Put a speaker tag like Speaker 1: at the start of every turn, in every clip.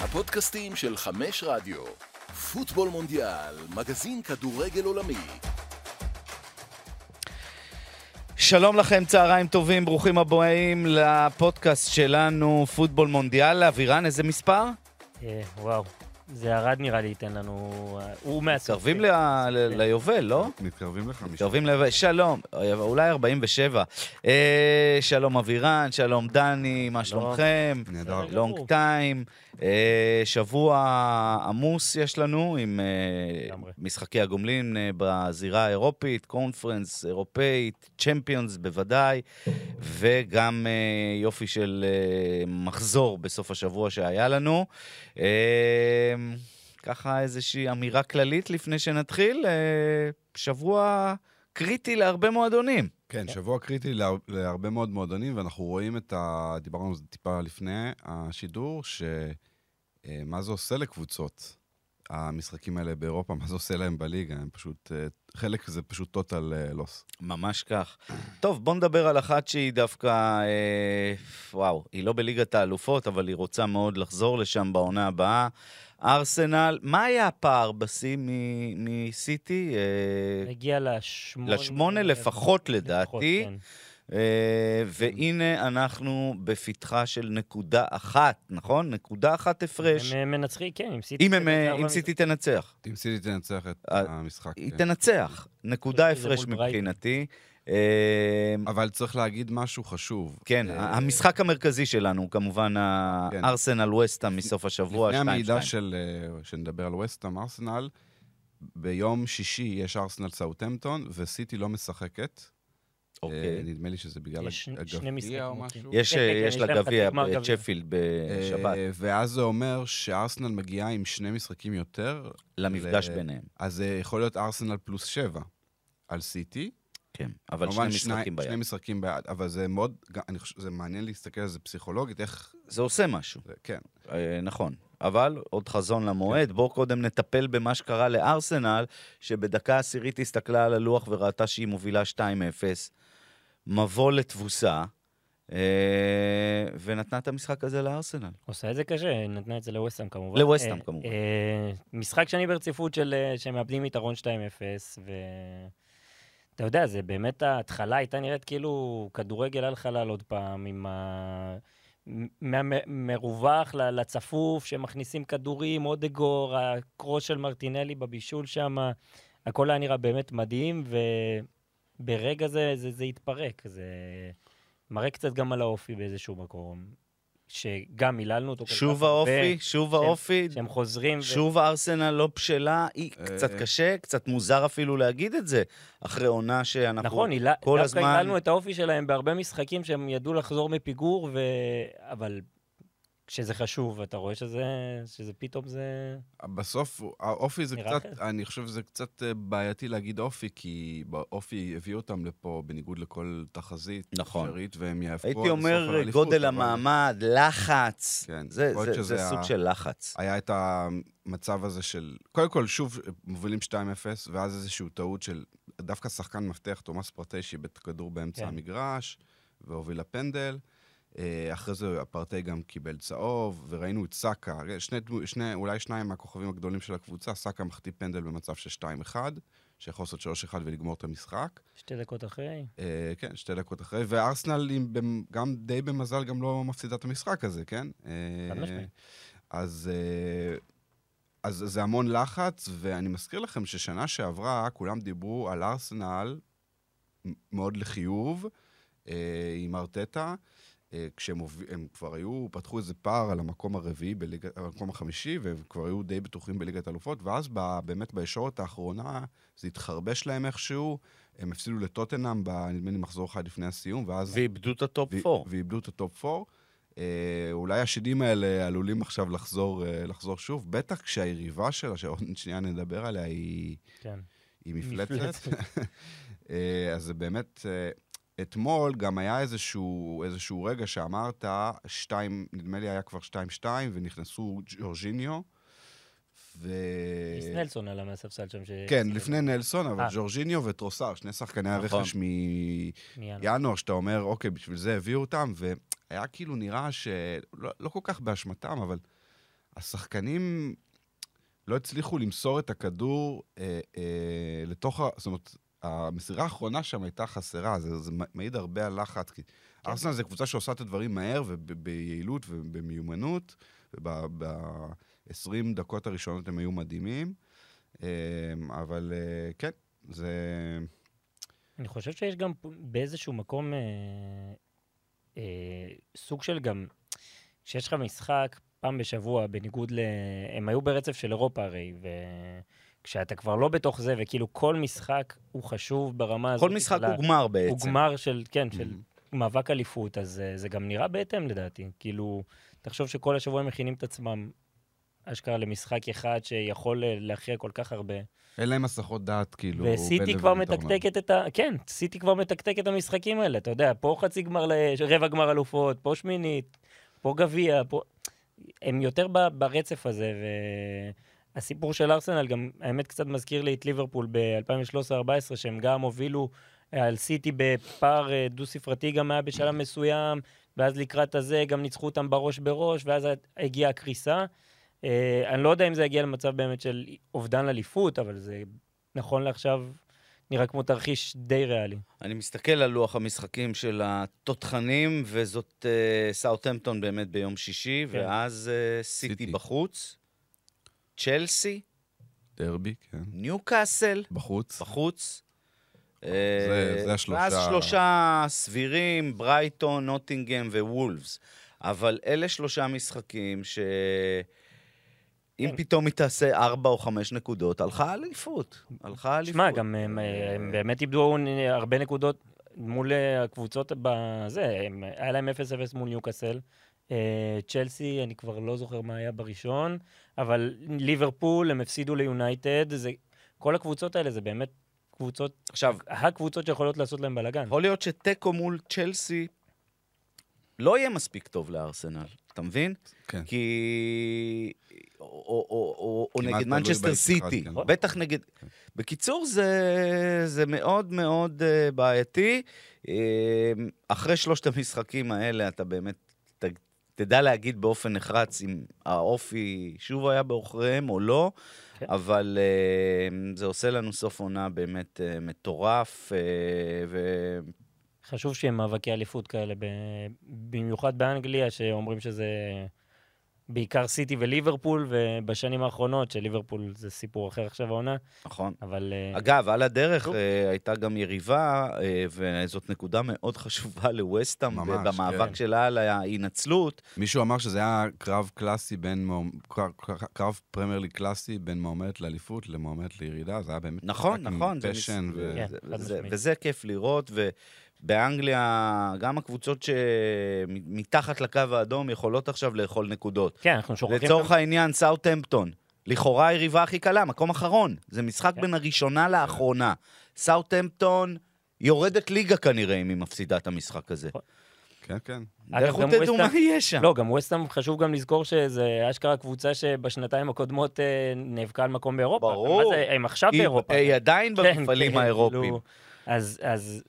Speaker 1: הפודקאסטים של חמש רדיו. פוטבול מונדיאל, מגזין כדורגל עולמי.
Speaker 2: שלום לכם, צהריים טובים, ברוכים הבאים לפודקאסט שלנו, פוטבול מונדיאל. אבירן, איזה מספר?
Speaker 3: אה, וואו, זה ירד נראה לי, ייתן לנו... אה, הוא מהסוף.
Speaker 2: מתקרבים
Speaker 3: כן.
Speaker 2: ל- ל- ליובל, לא?
Speaker 4: מתקרבים לחמישה.
Speaker 2: מתקרבים ליובל, שלום, אולי 47. אה, שלום אבירן, שלום דני, מה שלומכם?
Speaker 4: נהדר.
Speaker 3: בסדר.
Speaker 2: לונג
Speaker 3: ברור.
Speaker 2: טיים, אה, שבוע עמוס יש לנו עם אה,
Speaker 3: לגמרי.
Speaker 2: משחקי הגומלין אה, בזירה האירופית, קונפרנס אירופאית, צ'מפיונס בוודאי, וגם אה, יופי של אה, מחזור בסוף השבוע שהיה לנו. אה, ככה איזושהי אמירה כללית לפני שנתחיל, אה, שבוע קריטי להרבה מועדונים.
Speaker 4: כן, שבוע קריטי להר- להרבה מאוד מועדונים, ואנחנו רואים את ה... דיברנו על זה טיפה לפני השידור, ש... אה, מה זה עושה לקבוצות, המשחקים האלה באירופה, מה זה עושה להם בליגה, הם פשוט... אה, חלק זה פשוט אה, טוטל לוס.
Speaker 2: ממש כך. טוב, בוא נדבר על אחת שהיא דווקא, אה, וואו, היא לא בליגת האלופות, אבל היא רוצה מאוד לחזור לשם בעונה הבאה. ארסנל, מה היה הפער בשיא מ- מסיטי? אה,
Speaker 3: נגיע לשמונה.
Speaker 2: לשמונה לפחות, לדעתי.
Speaker 3: כן.
Speaker 2: אה, והנה אנחנו בפתחה של נקודה אחת, נכון? נקודה אחת הפרש.
Speaker 3: הם אה, מנצחים, כן, עם סיטי.
Speaker 2: אם הם, אה,
Speaker 3: ארבע
Speaker 2: אם
Speaker 3: מש-
Speaker 2: סיטי תנצח.
Speaker 4: אם סיטי תנצח את
Speaker 2: אה,
Speaker 4: המשחק.
Speaker 2: היא
Speaker 4: כן.
Speaker 2: תנצח. נקודה
Speaker 3: חושב שזה
Speaker 2: הפרש
Speaker 3: מול ברייטון.
Speaker 2: מבחינתי. אה,
Speaker 4: אבל צריך להגיד משהו חשוב.
Speaker 2: כן,
Speaker 4: אה,
Speaker 2: המשחק המרכזי שלנו הוא כמובן ה-
Speaker 4: כן.
Speaker 2: ארסנל ווסטהאם מסוף השבוע, 2-2.
Speaker 4: לפני המעידה של... אה, שנדבר על וסטהאם ארסנל, ביום שישי יש ארסנל סאוטהמפטון, וסיטי לא משחקת. אה,
Speaker 2: אוקיי.
Speaker 4: נדמה לי שזה בגלל
Speaker 3: יש
Speaker 4: הג-
Speaker 3: שני משחקים,
Speaker 4: הגביע או
Speaker 3: כן.
Speaker 4: משהו.
Speaker 2: יש אה,
Speaker 3: כן, כן,
Speaker 2: יש
Speaker 3: יש להם
Speaker 2: לה גביע
Speaker 3: חצי גמר גביע.
Speaker 2: בצ'פילד
Speaker 4: אה,
Speaker 2: בשבת,
Speaker 4: ואז זה אומר שארסנל מגיעה עם שני משחקים יותר,
Speaker 2: למפגש
Speaker 4: ל-
Speaker 2: ביניהם.
Speaker 4: אז זה יכול להיות ארסנל פלוס שבע על סיטי.
Speaker 2: כן, אבל שני
Speaker 4: כמובן,
Speaker 2: משחקים
Speaker 4: שני
Speaker 2: ביד.
Speaker 4: משחקים ביד, אבל זה מאוד, גם- אני חושב, זה מעניין להסתכל על זה פסיכולוגית, איך,
Speaker 2: זה עושה משהו,
Speaker 4: זה- כן.
Speaker 2: אה, נכון. אבל עוד חזון למועד, בואו קודם נטפל במה שקרה לארסנל, שבדקה עשירית הסתכלה על הלוח וראתה שהיא מובילה 2-0, מבוא לתבוסה, אה, ונתנה את המשחק הזה לארסנל.
Speaker 3: עושה את זה קשה, נתנה את זה לווסטהאם כמובן.
Speaker 2: לווסטהאם,
Speaker 3: אה,
Speaker 2: כמובן.
Speaker 3: אה, משחק שני ברציפות של... אה, שמאבדים יתרון 2-0, ו... אתה יודע, זה באמת, ההתחלה הייתה נראית כאילו כדורגל על חלל עוד פעם, עם ה... מ- מהמרווח ל- לצפוף, שמכניסים כדורים, אודגור, הקרוס של מרטינלי בבישול שם, הכל היה נראה באמת מדהים, וברגע זה זה, זה התפרק. זה מראה קצת גם על האופי באיזשהו מקום, שגם היללנו אותו. כל כך
Speaker 2: שוב
Speaker 3: אוקיי, הרבה, כן,
Speaker 2: האופי, שוב האופי,
Speaker 3: שהם חוזרים. ו-
Speaker 2: שוב ארסנל לא בשלה, היא
Speaker 4: אה,
Speaker 2: קצת
Speaker 4: אה.
Speaker 2: קשה, קצת מוזר אפילו להגיד את זה, אחרי עונה שאנחנו...
Speaker 3: נכון, הילה-
Speaker 2: כל
Speaker 3: דווקא
Speaker 2: הזמן-
Speaker 3: הגדלנו את האופי שלהם בהרבה משחקים שהם ידעו לחזור מפיגור, ו... אבל כשזה חשוב, אתה רואה שזה, שזה פתאום זה...
Speaker 4: בסוף, האופי זה
Speaker 3: נראה
Speaker 4: קצת, אני חושב שזה קצת אה, בעייתי להגיד אופי, כי באופי הביאו אותם לפה בניגוד לכל תחזית
Speaker 2: נכון.
Speaker 4: אפשרית, והם יהפכו עד
Speaker 2: הייתי
Speaker 4: סוף
Speaker 2: אומר
Speaker 4: האליפות,
Speaker 2: גודל
Speaker 4: אבל-
Speaker 2: המעמד, לחץ.
Speaker 4: כן,
Speaker 2: זה-
Speaker 4: יכול
Speaker 2: זה-
Speaker 4: להיות
Speaker 2: זה
Speaker 4: שזה
Speaker 2: סוג
Speaker 4: ה-
Speaker 2: של לחץ.
Speaker 4: היה את המצב הזה של, קודם כל, שוב, מובילים 2-0, ואז איזושהי טעות של דווקא שחקן מפתח, תומאס פרטי, שאיבד את הכדור באמצע
Speaker 3: כן.
Speaker 4: כן. המגרש, והוביל לפנדל. אה, אחרי זה הפרטי גם קיבל צהוב, וראינו את סאקה, שני, דמו- שני, אולי שניים מהכוכבים הגדולים של הקבוצה, סאקה מחטיא פנדל במצב של 2-1, שיכול לעשות 3-1 ולגמור את המשחק.
Speaker 3: שתי דקות אחרי.
Speaker 4: אה, כן, שתי דקות אחרי, וארסנל עם- במ- גם די במזל גם לא מפסידה את המשחק הזה, כן? אה,
Speaker 3: חד משמעית.
Speaker 4: אז, אה, אז זה המון לחץ, ואני מזכיר לכם ששנה שעברה כולם דיברו על ארסנל מ- מאוד לחיוב, אה, עם ארטטה. אה, כשהם הוב- הם כבר היו, פתחו איזה פער על המקום הרביעי, בליג, על המקום החמישי, והם כבר היו די בטוחים בליגת אלופות, ואז ב, באמת בישורת האחרונה זה התחרבש להם איכשהו, הם הפסידו לטוטנאם, ב- נדמה לי מחזור אחד לפני הסיום, ואז...
Speaker 2: ואיבדו את הטופ
Speaker 4: ו-
Speaker 2: 4.
Speaker 4: ואיבדו את הטופ 4. אה, אולי השדים האלה עלולים עכשיו לחזור, אה, לחזור שוב, בטח כשהיריבה שלה, שעוד שנייה נדבר עליה, היא,
Speaker 2: אה,
Speaker 3: כן.
Speaker 4: היא
Speaker 3: מפלצת.
Speaker 4: מפלצת. אה, אז זה באמת... אה, אתמול גם היה איזשהו, איזשהו רגע שאמרת, שתיים, נדמה לי היה כבר 2-2, ונכנסו ג'ורג'יניו, ו...
Speaker 3: איס נלסון עלה מהספסל שם. ש-
Speaker 4: כן, לפני נלסון, אבל
Speaker 3: אה.
Speaker 4: ג'ורג'יניו וטרוסר, שני שחקני
Speaker 2: נכון.
Speaker 4: הרכש מ...
Speaker 3: מינואר.
Speaker 4: ינואר, שאתה אומר, אוקיי, בשביל זה הביאו אותם, והיה כאילו נראה שלא לא כל כך באשמתם, אבל השחקנים לא הצליחו למסור את הכדור אה, אה, לתוך ה... זאת אומרת, המסירה האחרונה שם הייתה חסרה, זה, זה מעיד הרבה על לחץ. כי כן. ארסנל זו קבוצה שעושה את הדברים מהר וביעילות ובמיומנות, וב-20 דקות הראשונות הם היו מדהימים, אה, אבל אה, כן, זה...
Speaker 3: אני חושב שיש גם פ- באיזשהו מקום אה, אה, סוג של גם, כשיש לך משחק פעם בשבוע, בניגוד ל... הם היו ברצף של אירופה הרי, וכשאתה כבר לא בתוך זה, וכאילו כל משחק הוא חשוב ברמה הזאת.
Speaker 2: כל משחק
Speaker 3: של ה-
Speaker 2: הוא גמר
Speaker 3: הוא
Speaker 2: בעצם. Mm-hmm.
Speaker 3: גמר של, כן, של מאבק אליפות, אז אה, זה גם נראה בהתאם לדעתי. כאילו, תחשוב שכל השבוע הם מכינים את עצמם, אשכרה למשחק אחד שיכול אה, להכריע כל כך הרבה.
Speaker 4: אין להם הסחות דעת, כאילו.
Speaker 3: וסיטי
Speaker 4: בין
Speaker 3: כבר
Speaker 4: לבין, אתה אומר.
Speaker 3: מתקתקת את ה... כן, סיטי כבר מתקתק את המשחקים האלה, אתה יודע, פה חצי גמר, ל- רבע גמר אלופות, פה שמינית, פה גביע, פה... הם יותר ב- ברצף הזה, והסיפור של ארסנל גם, האמת, קצת מזכיר לי את ליברפול ב-2013-2014, שהם גם הובילו אה, על סיטי בפער אה, דו-ספרתי, גם היה בשלב מסוים, ואז לקראת הזה גם ניצחו אותם בראש בראש, ואז הגיעה הקריסה. אה, אני לא יודע אם זה יגיע למצב באמת של אובדן אליפות, אבל זה נכון לעכשיו נראה כמו תרחיש די ריאלי.
Speaker 2: אני מסתכל על לוח המשחקים של התותחנים, וזאת אה, סאוטהמפטון באמת ביום שישי,
Speaker 3: כן.
Speaker 2: ואז אה, סיטי
Speaker 4: סיטי.
Speaker 2: בחוץ, צ'לסי,
Speaker 4: דרבי, כן.
Speaker 2: ניוקאסל
Speaker 4: בחוץ.
Speaker 2: בחוץ. אה,
Speaker 4: זה- זה
Speaker 2: ואז
Speaker 4: השלושה-
Speaker 2: שלושה סבירים, ברייטון, נוטינגהם ווולפס. אבל אלה שלושה משחקים ש... אם
Speaker 3: כן.
Speaker 2: פתאום היא תעשה ארבע או חמש נקודות, הלכה אליפות. הלכה אליפות.
Speaker 3: שמע, גם הם, אה, הם באמת איבדו נ- הרבה נקודות מול אה, הקבוצות בזה, הם- היה להם 0-0 מול ניוקאסל. אה, צ'לסי, אני כבר לא זוכר מה היה בראשון, אבל ליברפול, הם הפסידו ליונייטד, זה- כל הקבוצות האלה זה באמת קבוצות,
Speaker 2: עכשיו,
Speaker 3: הקבוצות שיכולות לעשות להם בלאגן.
Speaker 2: יכול להיות שתיקו מול צ'לסי לא יהיה מספיק טוב לארסנל, אתה מבין?
Speaker 4: כן.
Speaker 2: כי... או, או, או, או, או
Speaker 4: כמעט
Speaker 2: נגד
Speaker 4: תלוי
Speaker 2: מנצ'סטר
Speaker 4: באיש אחד,
Speaker 2: סיטי,
Speaker 4: כן.
Speaker 2: בטח נגד... בקיצור, זה, זה מאוד מאוד אה, בעייתי. אה, אחרי שלושת המשחקים האלה, אתה באמת ת, תדע להגיד באופן נחרץ אם האופי שוב היה בעוכריהם או לא,
Speaker 3: כן.
Speaker 2: אבל אה, זה עושה לנו סוף עונה באמת אה, מטורף, אה, ו...
Speaker 3: חשוב שיהיה מאבקי אליפות כאלה, ב- במיוחד באנגליה, שאומרים שזה בעיקר סיטי וליברפול, ובשנים האחרונות, שליברפול זה סיפור אחר עכשיו העונה,
Speaker 2: נכון.
Speaker 3: אבל... אה,
Speaker 2: אגב, על הדרך
Speaker 3: טוב.
Speaker 2: אה, הייתה גם יריבה, אה, וזאת נקודה מאוד חשובה לווסטאם,
Speaker 4: ממש,
Speaker 2: במאבק
Speaker 3: כן.
Speaker 2: שלה על ההינצלות.
Speaker 4: מישהו אמר שזה היה קרב קלאסי בין... מועמ- קרב- קרב פרמייר ליג קלאסי בין מועמדת לאליפות למועמדת לירידה, זה היה באמת...
Speaker 2: נכון,
Speaker 4: משחק עם
Speaker 2: נכון. זה
Speaker 4: פשן
Speaker 2: מס-
Speaker 4: ו...
Speaker 3: כן.
Speaker 2: זה-
Speaker 3: חד
Speaker 2: זה-
Speaker 3: משמעית.
Speaker 2: וזה כיף לראות, ובאנגליה, גם הקבוצות שמתחת לקו האדום יכולות עכשיו לאכול נקודות.
Speaker 3: כן, אנחנו שוכחים...
Speaker 2: לצורך העניין, סאוטהמפטון. לכאורה היריבה הכי קלה, מקום אחרון. זה משחק
Speaker 3: כן.
Speaker 2: בין הראשונה לאחרונה. סאוטהמפטון יורדת ליגה כנראה אם היא מפסידה את המשחק הזה.
Speaker 4: כן, כן.
Speaker 3: אגב,
Speaker 2: לכו
Speaker 3: גם
Speaker 2: תדעו מה
Speaker 3: ווסטהאם-
Speaker 2: יהיה שם.
Speaker 3: לא, גם ווסטהאם חשוב גם לזכור שזה אשכרה קבוצה שבשנתיים הקודמות אה, נאבקה על מקום באירופה.
Speaker 2: ברור.
Speaker 3: מה זה, הם עכשיו
Speaker 2: היא-
Speaker 3: באירופה.
Speaker 2: היא עדיין
Speaker 3: כן,
Speaker 2: במפעלים
Speaker 3: כן,
Speaker 2: האירופיים.
Speaker 3: כאילו, אז- אז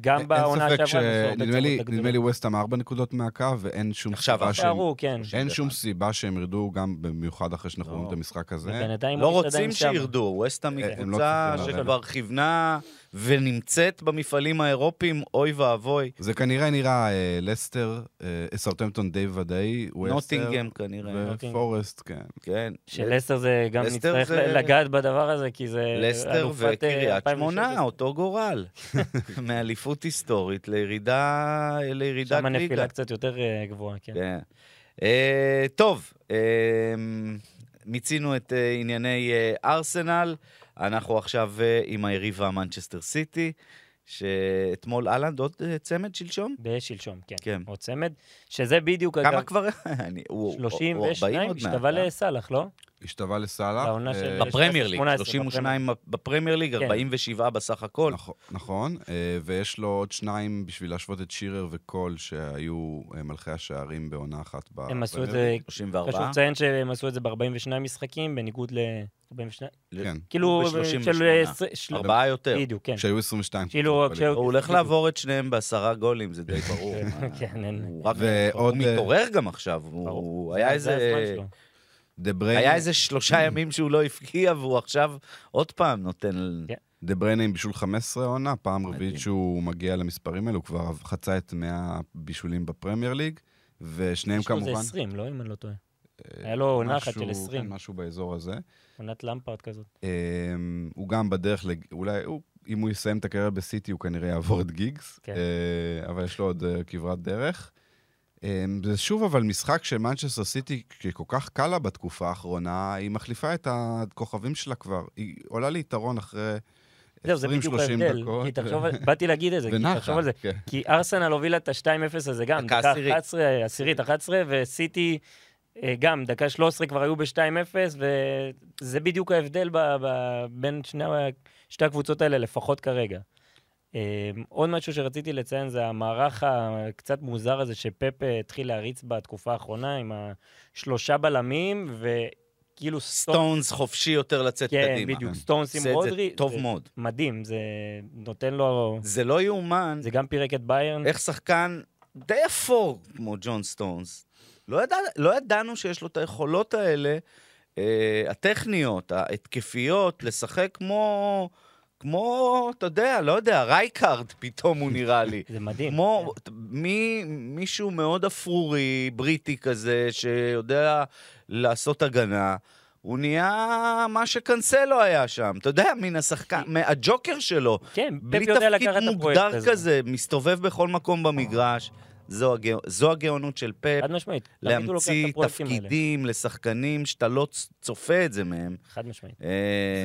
Speaker 3: גם
Speaker 4: אין-
Speaker 3: בעונה
Speaker 4: אין ספק
Speaker 3: שעברה...
Speaker 4: ש... נדמה לי- נדמה לי ווסטהאם ארבע נקודות מהקו, ואין שום
Speaker 2: עכשיו,
Speaker 4: סיבה שהם...
Speaker 3: שערו, כן.
Speaker 4: אין שום סיבה שהם ירדו, גם במיוחד אחרי שאנחנו
Speaker 2: לא.
Speaker 4: רואים את המשחק הזה.
Speaker 3: ובינתיים
Speaker 2: לא
Speaker 3: הוא מסתדר
Speaker 2: רוצים
Speaker 3: עם שם.
Speaker 2: שירדו, ווסטהאם היא
Speaker 4: הם לא
Speaker 2: קבוצה
Speaker 4: צריכים לרדת.
Speaker 2: שכבר כיוונה ונמצאת במפעלים האירופיים, אוי ואבוי.
Speaker 4: זה כנראה נראה אה, לסטר, אה, סאוטהמפטון די ודאי, ווסטר,
Speaker 2: נוטינגהם כנראה,
Speaker 3: נוטינגהם.
Speaker 4: ופורסט, כן.
Speaker 2: כן.
Speaker 3: שלסטר זה גם
Speaker 2: לסטר
Speaker 3: נצטרך
Speaker 2: זה-
Speaker 3: לגעת בדבר הזה, כי זה
Speaker 2: לסטר
Speaker 3: אלופת, אה,
Speaker 2: וקריית
Speaker 3: 2016.
Speaker 2: שמונה, אותו גורל. מאליפות היסטורית לירידה, לירידת
Speaker 3: שם
Speaker 2: ליגה.
Speaker 3: הנפילה קצת יותר אה, גבוהה, כן.
Speaker 2: כן. אה, טוב, אה, מיצינו את אה, ענייני אה, ארסנל, אנחנו עכשיו אה, עם היריבה מנצ'סטר סיטי, שאתמול אהלנד עוד אה, צמד שלשום?
Speaker 3: בשלשום, כן.
Speaker 2: כן.
Speaker 3: או צמד, שזה בדיוק,
Speaker 2: כמה
Speaker 3: אגב,
Speaker 2: כבר? אני- הוא- הוא 40
Speaker 3: 32,
Speaker 2: עוד מעט,
Speaker 3: השתווה
Speaker 2: אה?
Speaker 3: לסאלח, לא?
Speaker 4: השתווה לסאלח.
Speaker 3: לעונה
Speaker 4: אה,
Speaker 3: של-
Speaker 2: בפרמייר ליג,
Speaker 3: 18,
Speaker 2: 32 בפרמייר ליג,
Speaker 3: כן.
Speaker 2: 47 בסך הכל.
Speaker 4: נכון, נכון, אה, ויש לו עוד שניים בשביל להשוות את שירר וקול, שהיו אה, מלכי השערים בעונה אחת. ב-
Speaker 3: הם עשו את
Speaker 4: בפרמייר
Speaker 3: זה, חשוב
Speaker 2: 34.
Speaker 3: לציין שהם עשו את זה ב-42 משחקים, בניגוד ל... 42,
Speaker 4: ליג. כן,
Speaker 3: כאילו,
Speaker 2: ב-38.
Speaker 3: של... אה, עשרה- של-
Speaker 2: ארבעה יותר.
Speaker 3: בדיוק, כן.
Speaker 4: כשהיו 22.
Speaker 3: כאילו,
Speaker 4: בליגה.
Speaker 3: כשהיו...
Speaker 2: הוא הולך לעבור את שניהם בעשרה גולים, זה די ברור.
Speaker 3: כן, אין-
Speaker 2: הוא רק
Speaker 4: ועוד...
Speaker 2: הוא
Speaker 4: אה,
Speaker 2: מתעורר גם עכשיו, הוא
Speaker 3: ברור.
Speaker 2: היה
Speaker 3: זה- זה
Speaker 2: איזה...
Speaker 3: הזמן שלו.
Speaker 4: דה בריינה-
Speaker 2: היה איזה שלושה ימים שהוא לא הפקיע, והוא עכשיו עוד פעם נותן...
Speaker 3: כן.
Speaker 4: דה בריינה עם בישול 15 עונה, פעם
Speaker 2: מדהים.
Speaker 4: רביעית שהוא מגיע למספרים האלו, הוא כבר חצה את 100 בישולים בפרמייר ליג, ושניהם
Speaker 3: יש לו איזה
Speaker 4: כמובן...
Speaker 3: 20, לא? אם אני לא טועה.
Speaker 4: אה,
Speaker 3: היה לו עונה אחת של
Speaker 4: משהו-
Speaker 3: 20.
Speaker 4: כן, משהו באזור הזה.
Speaker 3: עונת למפרט כזאת.
Speaker 4: אמ, הוא גם בדרך, לג- אולי, הוא- אם הוא יסיים את הקריירה בסיטי, הוא כנראה יעבור את גיגס,
Speaker 3: כן.
Speaker 4: אה, אבל יש לו עוד אה, כברת דרך. אמ, זה שוב אבל משחק של מנצ'סטר סיטי, שכל כך קל לה בתקופה האחרונה, היא מחליפה את הכוכבים שלה כבר. היא עולה ליתרון אחרי 20-30
Speaker 3: זהו, לא, זה בדיוק ההבדל.
Speaker 4: דקות.
Speaker 3: כי תחשוב, על- באתי להגיד את זה, כי
Speaker 4: ונחה,
Speaker 3: תחשוב על זה.
Speaker 4: כן.
Speaker 3: כי ארסנל הובילה את ה-2-0 הזה גם,
Speaker 2: דקה
Speaker 3: דקה
Speaker 2: עשירית.
Speaker 3: 11, עשירית 11, וסיטי אה, גם, דקה 13 כבר היו ב-2-0, וזה בדיוק ההבדל ב- ב- בין שני ה- שתי הקבוצות האלה, לפחות כרגע. אה, עוד משהו שרציתי לציין זה המערך הקצת מוזר הזה שפפ אה, התחיל להריץ בתקופה האחרונה עם השלושה בלמים, וכאילו סטונס,
Speaker 2: סטונס חופשי יותר לצאת
Speaker 3: כן,
Speaker 2: קדימה.
Speaker 4: כן.
Speaker 3: בדיוק, סטונס עם
Speaker 2: עושה את זה
Speaker 3: רודרי.
Speaker 2: טוב מאוד.
Speaker 3: מדהים, זה נותן לו,
Speaker 2: זה לא יאומן
Speaker 3: זה כן. גם פירק את ביירן.
Speaker 2: איך שחקן די אפור כמו ג'ון סטונס, לא, ידע, לא ידענו שיש לו את היכולות האלה, אה, הטכניות, ההתקפיות, לשחק כמו, כמו, אתה יודע, לא יודע, רייקארד פתאום הוא נראה לי.
Speaker 3: זה מדהים.
Speaker 2: כמו מי, מישהו מאוד אפרורי, בריטי כזה, שיודע לעשות הגנה, הוא נהיה מה שקנסלו היה שם. אתה יודע, מן השחקן, מהג'וקר שלו.
Speaker 3: כן, פפ
Speaker 2: בלי
Speaker 3: יודע
Speaker 2: תפקיד
Speaker 3: לקחת את הפרויקט
Speaker 2: מוגדר
Speaker 3: הזה.
Speaker 2: כזה, מסתובב בכל מקום במגרש. זו, הגא... זו הגאונות של פפ,
Speaker 3: חד משמעית. תמיד הוא לוקח את
Speaker 2: להמציא
Speaker 3: הפרויקטים האלה.
Speaker 2: תפקידים לשחקנים שאתה לא צ- צופה את זה מהם.
Speaker 3: חד משמעית.
Speaker 2: אה,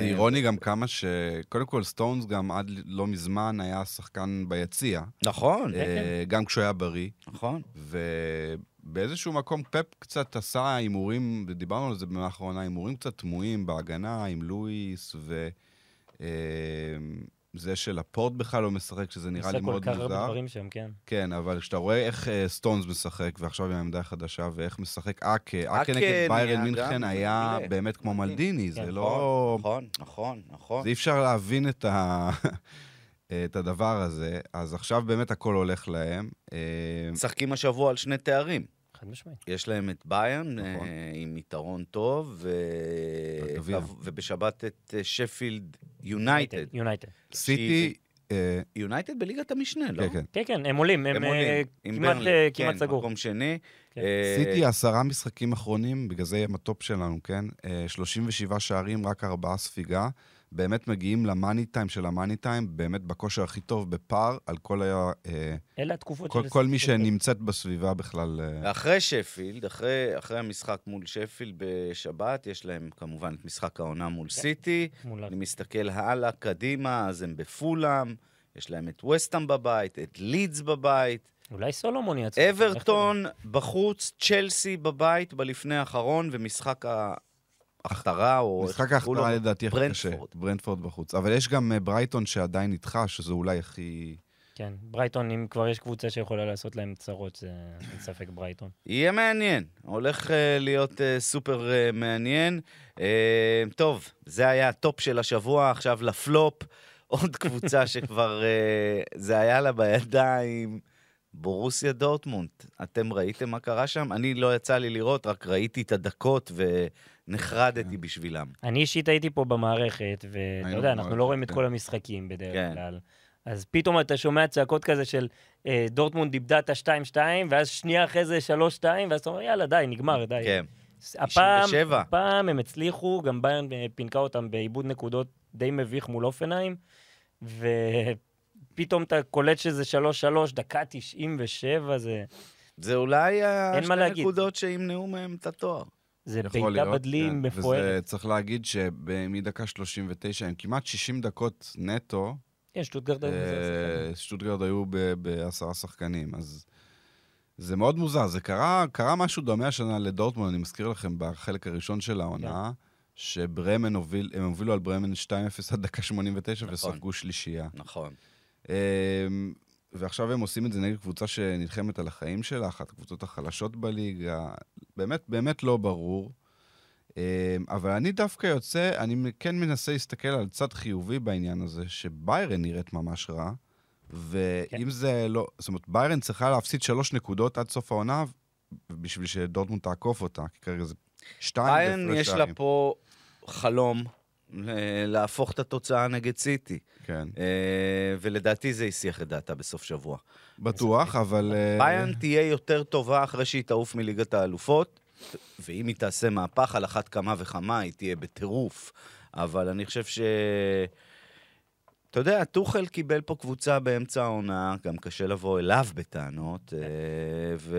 Speaker 4: זה אירוני גם כמה ש... קודם כל, סטונס גם עד לא מזמן היה שחקן ביציע,
Speaker 2: נכון,
Speaker 4: אה,
Speaker 3: כן.
Speaker 4: גם כשהוא היה בריא.
Speaker 2: נכון.
Speaker 4: ובאיזשהו מקום פפ קצת עשה הימורים, ודיברנו על זה במאחרונה, הימורים קצת תמוהים בהגנה עם לואיס, וזה שלפורט בכלל לא משחק, שזה נראה לי מאוד
Speaker 3: עושה כל כך הרבה
Speaker 4: מוזר.
Speaker 3: דברים שם, כן.
Speaker 4: כן, אבל כשאתה רואה איך אה, סטונס משחק, ועכשיו עם העמדה החדשה, ואיך משחק אקה,
Speaker 2: אקה
Speaker 4: אקה נגד
Speaker 2: נהיה
Speaker 4: ביירן
Speaker 2: גם
Speaker 4: מינכן היה
Speaker 2: מעולה.
Speaker 4: באמת כמו מלדיני,
Speaker 3: כן,
Speaker 4: זה לא...
Speaker 2: נכון, נכון, נכון.
Speaker 4: אז אי אפשר להבין את, ה... את הדבר הזה, אז עכשיו באמת הכל הולך להם. אה,
Speaker 2: משחקים השבוע על שני תארים.
Speaker 3: חד משמעית.
Speaker 2: יש להם את ביירן
Speaker 4: נכון.
Speaker 2: אה, עם יתרון טוב, ו...
Speaker 4: בגביע.
Speaker 2: ובשבת את אה, שפילד יונייטד.
Speaker 3: יונייטד.
Speaker 4: סיטי, אה,
Speaker 2: יונייטד בליגת המשנה, לא?
Speaker 4: כן, כן.
Speaker 3: כן, כן, הם עולים. הם
Speaker 2: הם עולים
Speaker 3: אה,
Speaker 2: עם
Speaker 3: כמעט,
Speaker 2: ברנלי.
Speaker 3: אה, כמעט
Speaker 2: כן,
Speaker 3: סגור.
Speaker 2: מקום שני.
Speaker 3: כן.
Speaker 2: אה,
Speaker 4: סיטי עשרה משחקים אחרונים, בגלל זה הם הטופ שלנו, כן? אה, 37 שערים, רק ארבעה ספיגה. באמת מגיעים למאני טיים של המאני טיים, באמת בכושר הכי טוב בפער על כל, ה... אה,
Speaker 3: אלה התקופות
Speaker 4: כל,
Speaker 3: של...
Speaker 4: כל מי שנמצאת בסביבה בכלל. אה,
Speaker 2: אחרי שפילד, אחרי, אחרי המשחק מול שפילד בשבת, יש להם כמובן את משחק העונה מול
Speaker 3: כן.
Speaker 2: סיטי.
Speaker 3: מול
Speaker 2: אני מסתכל הלאה, קדימה, אז הם בפולאם, יש להם את וסטאם בבית, את לידס בבית.
Speaker 3: אולי סולומון יצא.
Speaker 2: אברטון בחוץ, צ'לסי בבית בלפני האחרון, ומשחק ההכתרה, או איך
Speaker 4: משחק
Speaker 2: שקראו לו,
Speaker 4: ההכתרה לדעתי הכי קשה.
Speaker 2: ברנדפורד.
Speaker 4: ברנדפורד בחוץ. אבל יש גם אה, ברייטון שעדיין איתך, שזה אולי הכי...
Speaker 3: כן, ברייטון, אם כבר יש קבוצה שיכולה לעשות להם צרות, זה אין ספק ברייטון.
Speaker 2: יהיה מעניין, הולך אה, להיות אה, סופר אה, מעניין. אה, טוב, זה היה הטופ של השבוע, עכשיו לפלופ. עוד קבוצה שכבר אה, זה היה לה בידיים, בורוסיה דורטמונד. אתם ראיתם מה קרה שם? אני לא יצא לי לראות, רק ראיתי את הדקות ונחרדתי בשבילם.
Speaker 3: אני אישית הייתי פה במערכת, ואתה
Speaker 4: היינו
Speaker 3: יודע, אנחנו לא
Speaker 4: במערכת,
Speaker 3: רואים את
Speaker 4: כן.
Speaker 3: כל המשחקים בדרך
Speaker 2: כן.
Speaker 3: כלל. אז פתאום אתה שומע צעקות כזה של אה, דורטמונד איבדה את ה-2-2, ואז שנייה אחרי זה 3-2, ואז אתה אומר, יאללה, די, נגמר, די.
Speaker 2: כן.
Speaker 3: הפעם,
Speaker 2: 97.
Speaker 3: הפעם הם הצליחו, גם ביירן אה, פינקה אותם בעיבוד נקודות די מביך מול אופנהיים, ופתאום אתה קולט שזה 3-3, דקה 97, זה,
Speaker 2: זה אולי
Speaker 3: אין מה
Speaker 2: השתי
Speaker 3: להגיד.
Speaker 2: נקודות שימנעו מהם את התואר.
Speaker 3: זה
Speaker 4: יכול
Speaker 3: בעיטה
Speaker 4: להיות,
Speaker 3: בדלי
Speaker 4: כן.
Speaker 3: מפוארת.
Speaker 4: וזה צריך להגיד שמדקה 39, הם כמעט 60 דקות נטו,
Speaker 3: כן, שטוטגרד היו מזה, זה
Speaker 4: אה, שטוטגרד היו ב- בעשרה שחקנים, אז זה מאוד מוזר. זה קרה, קרה משהו דומה השנה לדורטמונד, אני מזכיר לכם, בחלק הראשון של העונה,
Speaker 3: כן.
Speaker 4: שברמן הוביל, הם הובילו על ברמן 2-0 עד דקה 89
Speaker 2: נכון.
Speaker 4: וספגו שלישייה.
Speaker 2: נכון.
Speaker 4: אמ, ועכשיו הם עושים את זה נגד קבוצה שנלחמת על החיים שלה, אחת הקבוצות החלשות בליגה. באמת, באמת לא ברור. אמ, אבל אני דווקא יוצא, אני מ- כן מנסה להסתכל על צד חיובי בעניין הזה, שביירן נראית ממש רע, ואם
Speaker 3: כן.
Speaker 4: זה לא... זאת אומרת, ביירן צריכה להפסיד שלוש נקודות עד סוף העונה בשביל שדורטמונד תעקוף אותה, כי כרגע אה, זה שתיים
Speaker 2: איין
Speaker 4: בהפרש
Speaker 2: יש לה
Speaker 4: שערים.
Speaker 2: פה חלום ל- להפוך את התוצאה נגד סיטי.
Speaker 4: כן,
Speaker 2: אה, ולדעתי זה הסיח את דעתה בסוף שבוע.
Speaker 4: בטוח, אבל... אה,
Speaker 2: ביאן תהיה יותר טובה אחרי שהיא תעוף מליגת האלופות, ואם היא תעשה מהפך על אחת כמה וכמה, היא תהיה בטירוף. אבל אני חושב ש... אתה יודע, טוחל קיבל פה קבוצה באמצע העונה, גם קשה לבוא אליו בטענות, אה, ו...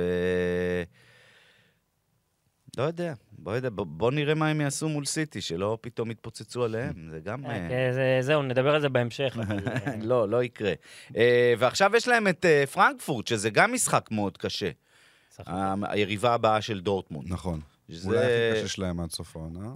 Speaker 2: לא יודע, בוא, יודע, בוא- בוא נראה מה הם יעשו מול סיטי, שלא פתאום יתפוצצו עליהם, זה גם... אה,
Speaker 3: אה, זה- זהו, נדבר על זה בהמשך. אבל, אה,
Speaker 2: לא, לא יקרה. אה, ועכשיו יש להם את אה, פרנקפורט, שזה גם משחק מאוד קשה.
Speaker 3: סך הכל.
Speaker 2: ה- היריבה הבאה של דורטמונד.
Speaker 4: נכון. אולי הכי
Speaker 2: זה...
Speaker 4: קשה שלהם עד סוף העונה.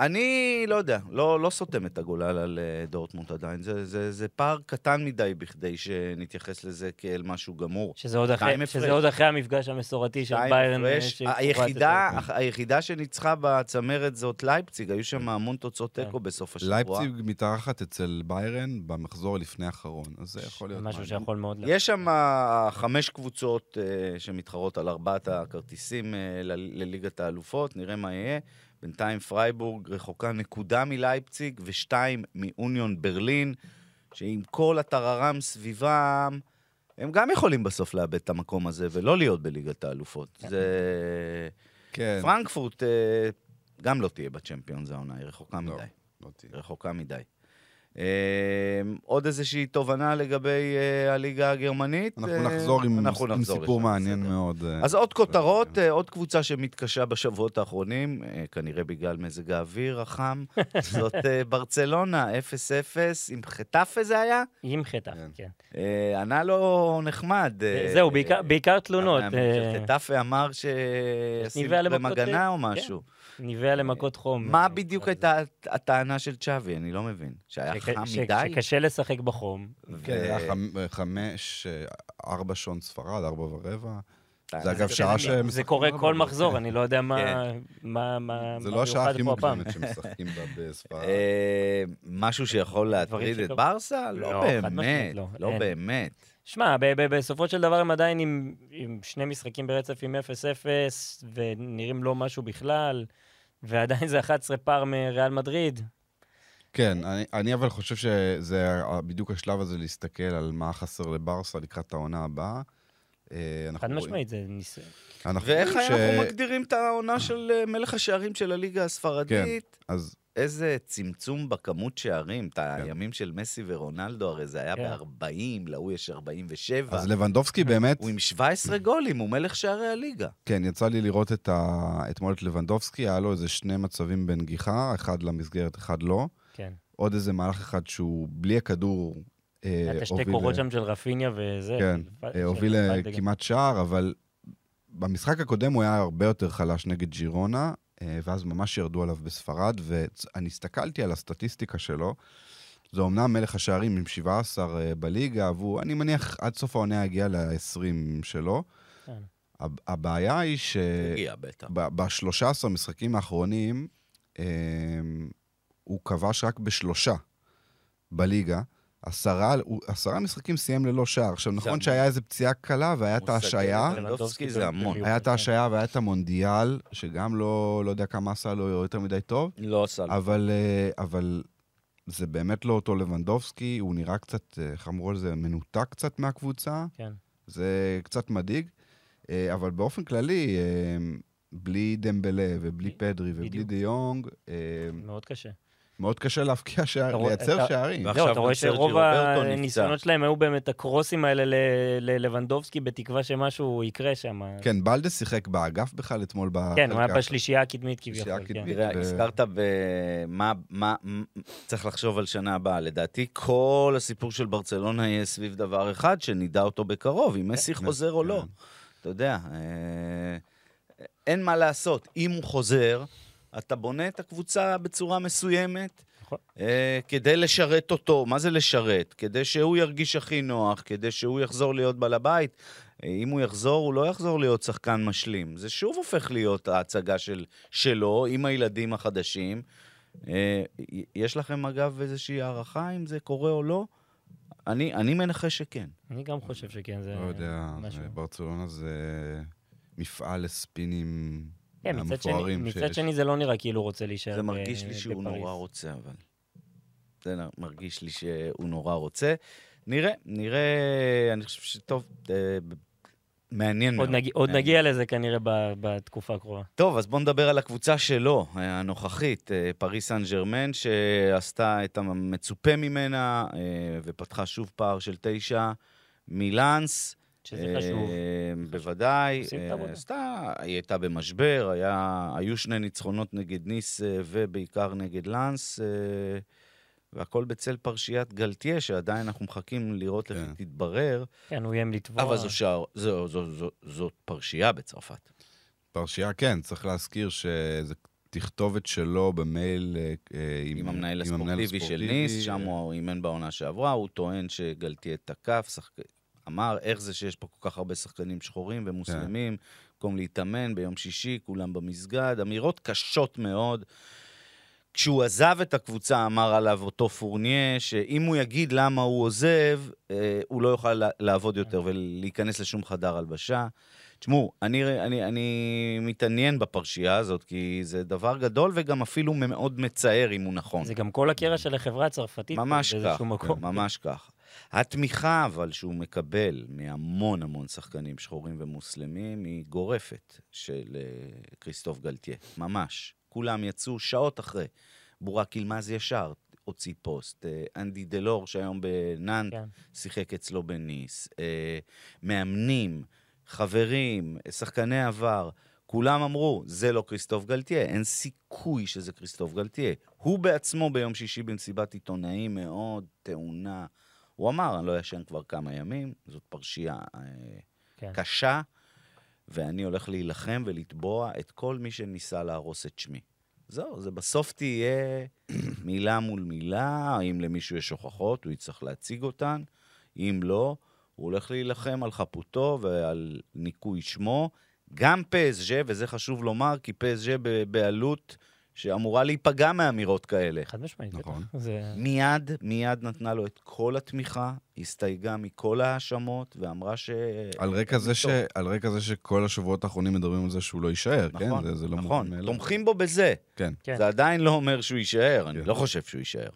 Speaker 2: אני לא יודע, לא, לא סותם את הגולל על אה, דורטמונד עדיין. זה, זה, זה פער קטן מדי בכדי שנתייחס לזה כאל משהו גמור.
Speaker 3: שזה עוד
Speaker 2: שתיים
Speaker 3: אחרי-
Speaker 2: הפרש.
Speaker 3: שזה עוד אחרי המפגש המסורתי של
Speaker 2: שתיים
Speaker 3: ביירן. אה,
Speaker 2: הפרש.
Speaker 3: שהיא
Speaker 2: היחידה,
Speaker 3: קובעת את
Speaker 2: היחידה שניצחה בצמרת זאת לייפציג, היו
Speaker 3: כן.
Speaker 2: שם המון תוצאות תיקו בסוף השבוע.
Speaker 4: לייפציג מתארחת אצל ביירן במחזור לפני האחרון, אז זה יכול להיות...
Speaker 3: משהו
Speaker 4: מעניין.
Speaker 3: שיכול מאוד...
Speaker 2: יש שם אה, חמש קבוצות אה, שמתחרות על ארבעת הכרטיסים אה, ל- לליגת האלופות, נראה מה יהיה. בינתיים פרייבורג רחוקה נקודה מלייפציג ושתיים מאוניון ברלין, שעם כל הטררם סביבם, הם גם יכולים בסוף לאבד את המקום הזה ולא להיות בליגת האלופות.
Speaker 3: כן.
Speaker 2: זה...
Speaker 4: כן.
Speaker 2: פרנקפורט אה, גם לא תהיה בצ'מפיונס העונה, היא רחוקה
Speaker 4: לא.
Speaker 2: מדי.
Speaker 4: לא תהיה.
Speaker 2: רחוקה מדי. אה, עוד איזושהי תובנה לגבי אה, הליגה הגרמנית?
Speaker 4: אנחנו
Speaker 2: אה,
Speaker 4: נחזור עם
Speaker 2: אנחנו
Speaker 4: עם
Speaker 2: נחזור
Speaker 4: סיפור
Speaker 2: לשם,
Speaker 4: מעניין
Speaker 2: בסדר.
Speaker 4: מאוד. אה,
Speaker 2: אז עוד כותרות, אה, עוד קבוצה שמתקשה בשבועות האחרונים, אה, כנראה בגלל מזג האוויר החם, זאת אה, ברצלונה, 0-0 עם חטאפה זה היה?
Speaker 3: עם חטא,
Speaker 4: כן.
Speaker 3: כן.
Speaker 2: אה, ענה לו נחמד. אה,
Speaker 3: זהו, בעיקר-
Speaker 2: אה,
Speaker 3: בעיקר תלונות.
Speaker 2: המאמן של
Speaker 3: אה,
Speaker 2: חטאפה אמר
Speaker 3: ניבא
Speaker 2: שעשינו
Speaker 3: למכות,
Speaker 2: הגנה
Speaker 3: אה,
Speaker 2: או
Speaker 3: כן.
Speaker 2: משהו.
Speaker 3: ניבא למכות חום.
Speaker 2: מה
Speaker 3: אה,
Speaker 2: בדיוק
Speaker 3: אז-
Speaker 2: הייתה הטענה של צ'אבי? אני לא מבין. שהיה
Speaker 3: שק-
Speaker 2: חם
Speaker 3: ש-
Speaker 2: מדי?
Speaker 3: שקשה לשחק בחום.
Speaker 4: כן, היה חמ- אה, חמש, אה, ארבע שעון ספרד, ארבע ורבע.
Speaker 2: אה,
Speaker 4: זה אגב שעה ש...
Speaker 3: זה קורה כל מחזור, אני לא יודע מה
Speaker 2: כן.
Speaker 3: מה- מה-
Speaker 4: זה
Speaker 3: מה
Speaker 4: לא השעה
Speaker 3: מיוחד
Speaker 4: הכי
Speaker 3: פה הפעם.
Speaker 4: מוקדמת שמשחקים בה בספרד.
Speaker 2: אה, משהו שיכול להטריד
Speaker 3: דברים
Speaker 2: את
Speaker 3: שקרו.
Speaker 2: ברסה? לא
Speaker 3: לא, חד
Speaker 2: באמת,
Speaker 3: משמעית לא.
Speaker 2: לא
Speaker 3: אין.
Speaker 2: באמת.
Speaker 3: שמע, ב- ב- בסופו של דבר הם עדיין עם, עם שני משחקים ברצף עם 0-0, ונראים לא משהו בכלל, ועדיין זה 11 פער מריאל מדריד.
Speaker 4: כן,
Speaker 2: אה.
Speaker 4: אני- אני אבל חושב שזה ה- בדיוק השלב הזה להסתכל על מה חסר לברסה לקראת העונה הבאה. אה, אנחנו
Speaker 3: חד
Speaker 4: רואים-
Speaker 3: משמעית, זה ניס...
Speaker 4: אנחנו
Speaker 2: ואיך
Speaker 4: רואים
Speaker 2: אנחנו
Speaker 4: ש-
Speaker 2: מגדירים את העונה של אה, מלך השערים של הליגה הספרדית?
Speaker 4: אז
Speaker 2: איזה צמצום בכמות שערים. את
Speaker 4: כן.
Speaker 2: הימים של מסי ורונלדו, הרי זה היה
Speaker 3: כן.
Speaker 2: ב-40, להוא יש 47.
Speaker 4: אז לבנדובסקי באמת,
Speaker 2: הוא עם 17 גולים, הוא מלך שערי הליגה.
Speaker 4: כן, יצא לי לראות את ה- אתמול את לבנדובסקי, היה לו איזה שני מצבים בנגיחה, אחד למסגרת, אחד לא.
Speaker 3: כן.
Speaker 4: עוד איזה מהלך אחד שהוא בלי הכדור אה,
Speaker 3: היה את השתי
Speaker 4: הוביל
Speaker 3: קורות
Speaker 4: ל-
Speaker 3: שם של רפיניה וזה.
Speaker 4: כן,
Speaker 3: של-
Speaker 4: אה,
Speaker 3: של
Speaker 4: הוביל
Speaker 3: ולדגן.
Speaker 4: לכמעט שער, אבל במשחק הקודם הוא היה הרבה יותר חלש נגד ג'ירונה, אה, ואז ממש ירדו עליו בספרד, ואני הסתכלתי על הסטטיסטיקה שלו. זה אומנם מלך השערים עם 17 אה, בליגה, והוא, אני מניח, עד סוף העונה יגיע ל-20 שלו.
Speaker 3: כן.
Speaker 4: הב- הבעיה היא ש...
Speaker 2: הגיע בטח.
Speaker 4: ב-13 המשחקים האחרונים, אה, הוא כבש רק בשלושה בליגה. עשרה, הוא- עשרה משחקים סיים ללא שער. עכשיו, נכון
Speaker 2: המון.
Speaker 4: שהיה איזו פציעה קלה והיה את
Speaker 2: הוא סגר
Speaker 4: ההשעיה,
Speaker 2: את כן. לבנדובסקי זה המון.
Speaker 4: היה את ההשעיה והיה את המונדיאל, שגם לא, לא יודע כמה עשה לו יותר מדי טוב,
Speaker 2: לא עשה לו.
Speaker 4: אבל, אה, אבל זה באמת לא אותו לבנדובסקי, הוא נראה קצת, אה, איך אמרו על זה, מנותק קצת מהקבוצה.
Speaker 3: כן.
Speaker 4: זה קצת מדאיג, אה, אבל באופן כללי, אה, בלי דמבלה ובלי פדרי ובלי
Speaker 3: בדיוק.
Speaker 4: דה יונג, אה,
Speaker 3: מאוד קשה.
Speaker 4: מאוד קשה להבקיע
Speaker 3: אתה
Speaker 4: שער,
Speaker 3: רואה-
Speaker 4: לייצר
Speaker 3: אתה-
Speaker 4: שערים.
Speaker 2: ועכשיו
Speaker 3: זהו, אתה רואה
Speaker 2: גם סרג'יו
Speaker 3: שרוב
Speaker 2: רוברטו נפצע.
Speaker 3: הניסיונות שלהם היו באמת הקרוסים האלה ל- ללבנדובסקי, בתקווה שמשהו יקרה שם.
Speaker 4: כן, בלדה שיחק באגף בכלל אתמול. בחלק
Speaker 3: כן, הוא היה
Speaker 4: האחת.
Speaker 3: בשלישייה הקדמית
Speaker 4: שלישייה
Speaker 3: כביכול. כן.
Speaker 4: הקדמית.
Speaker 2: תראה,
Speaker 4: ו-
Speaker 2: הזכרת במה מה, מ- צריך לחשוב על שנה הבאה. לדעתי, כל הסיפור של ברצלונה יהיה סביב דבר אחד, שנדע אותו בקרוב, אם מסי חוזר או לא.
Speaker 4: כן.
Speaker 2: אתה יודע, אה, אין מה לעשות. אם הוא חוזר, אתה בונה את הקבוצה בצורה מסוימת.
Speaker 3: נכון.
Speaker 2: אה, כדי לשרת אותו, מה זה לשרת? כדי שהוא ירגיש הכי נוח, כדי שהוא יחזור להיות בעל הבית. אה, אם הוא יחזור, הוא לא יחזור להיות שחקן משלים. זה שוב הופך להיות ההצגה של, שלו עם הילדים החדשים. אה, י- יש לכם, אגב, איזושהי הערכה אם זה קורה או לא? אני, אני מנחש שכן.
Speaker 3: אני גם חושב שכן, זה...
Speaker 4: לא יודע,
Speaker 3: משהו.
Speaker 4: ברצלונה זה מפעל לספינים
Speaker 3: כן, מצד שני,
Speaker 4: מהמפוארים
Speaker 3: מצד
Speaker 4: שיש.
Speaker 3: שני זה לא נראה כאילו הוא רוצה להישאר
Speaker 2: זה
Speaker 3: ב-
Speaker 2: מרגיש לי שהוא
Speaker 3: בפריז.
Speaker 2: נורא רוצה, אבל... זה נ- מרגיש לי שהוא נורא רוצה. נראה, נראה, אני חושב שטוב, אה, ב- מעניין
Speaker 3: עוד,
Speaker 4: כן.
Speaker 2: מאוד.
Speaker 3: נגיע, עוד
Speaker 2: מעניין.
Speaker 3: נגיע לזה כנראה ב- בתקופה הקרובה.
Speaker 2: טוב, אז בואו נדבר על הקבוצה שלו, אה, הנוכחית, אה, פריס סן ג'רמן, שעשתה את המצופה ממנה אה, ופתחה שוב פער של תשע מלאנס.
Speaker 3: שזה
Speaker 2: אה,
Speaker 3: חשוב.
Speaker 2: בוודאי.
Speaker 3: עושים את
Speaker 2: אה,
Speaker 3: העבודה.
Speaker 2: עשתה, היא הייתה במשבר, היה, היו שני ניצחונות נגד ניס אה, ובעיקר נגד לאנס, אה, והכל בצל פרשיית גלטיה, שעדיין אנחנו מחכים לראות איך
Speaker 4: כן.
Speaker 2: היא תתברר,
Speaker 3: כן, הוא איים לתבוע.
Speaker 2: אבל זו שער, זו, זו, זו, זאת פרשייה בצרפת.
Speaker 4: פרשייה, כן, צריך להזכיר שזה תכתובת שלו במייל אה, אה,
Speaker 2: עם המנהל הספורטיבי של
Speaker 4: הספורטיבי.
Speaker 2: ניס, שם הוא אימן בעונה שעברה, הוא טוען שגלטיה תקף, שחק... אמר איך זה שיש פה כל כך הרבה שחקנים שחורים ומוסלמים, במקום להתאמן ביום שישי, כולם במסגד, אמירות קשות מאוד. כשהוא עזב את הקבוצה, אמר עליו אותו פורניה, שאם הוא יגיד למה הוא עוזב, אה, הוא לא יוכל לע- לעבוד יותר ולהיכנס לשום חדר הלבשה. תשמעו, אני, אני, אני מתעניין בפרשייה הזאת, כי זה דבר גדול וגם אפילו מאוד מצער אם הוא נכון.
Speaker 3: זה גם כל הקרע של החברה הצרפתית.
Speaker 2: ממש כך, כן,
Speaker 3: באיזשהו מקום. כן.
Speaker 2: ממש כך. התמיכה אבל שהוא מקבל מהמון המון שחקנים שחורים ומוסלמים היא גורפת של אה, כריסטוף גלטיה, ממש. כולם יצאו שעות אחרי. בורק אילמז ישר הוציא פוסט, אה, אנדי דלור שהיום בנאנט
Speaker 3: כן.
Speaker 2: שיחק אצלו בניס, אה, מאמנים, חברים, שחקני עבר, כולם אמרו, זה לא כריסטוף גלטיה, אין סיכוי שזה כריסטוף גלטיה. הוא בעצמו ביום שישי במסיבת עיתונאים מאוד טעונה. הוא אמר, אני לא ישן כבר כמה ימים, זאת פרשייה אה,
Speaker 3: כן.
Speaker 2: קשה, ואני הולך להילחם ולתבוע את כל מי שניסה להרוס את שמי. זהו, זה בסוף תהיה מילה מול מילה, אם למישהו יש הוכחות, הוא יצטרך להציג אותן, אם לא, הוא הולך להילחם על חפותו ועל ניקוי שמו. גם פסג'ה, וזה חשוב לומר, כי פסג'ה בבעלות שאמורה להיפגע מאמירות כאלה.
Speaker 3: חד משמעית.
Speaker 4: נכון.
Speaker 3: בטח. זה...
Speaker 2: מיד, מיד נתנה לו את כל התמיכה, הסתייגה מכל ההאשמות, ואמרה ש...
Speaker 4: על רקע, זה ש...
Speaker 2: כן, טוב.
Speaker 4: על רקע זה שכל השבועות האחרונים מדברים על זה שהוא לא יישאר,
Speaker 2: נכון,
Speaker 4: כן? זה, זה לא מובן
Speaker 2: נכון,
Speaker 4: מאליו.
Speaker 2: תומכים בו בזה.
Speaker 4: כן.
Speaker 3: כן.
Speaker 2: זה עדיין לא אומר שהוא יישאר, אני
Speaker 4: כן.
Speaker 2: לא חושב שהוא יישאר.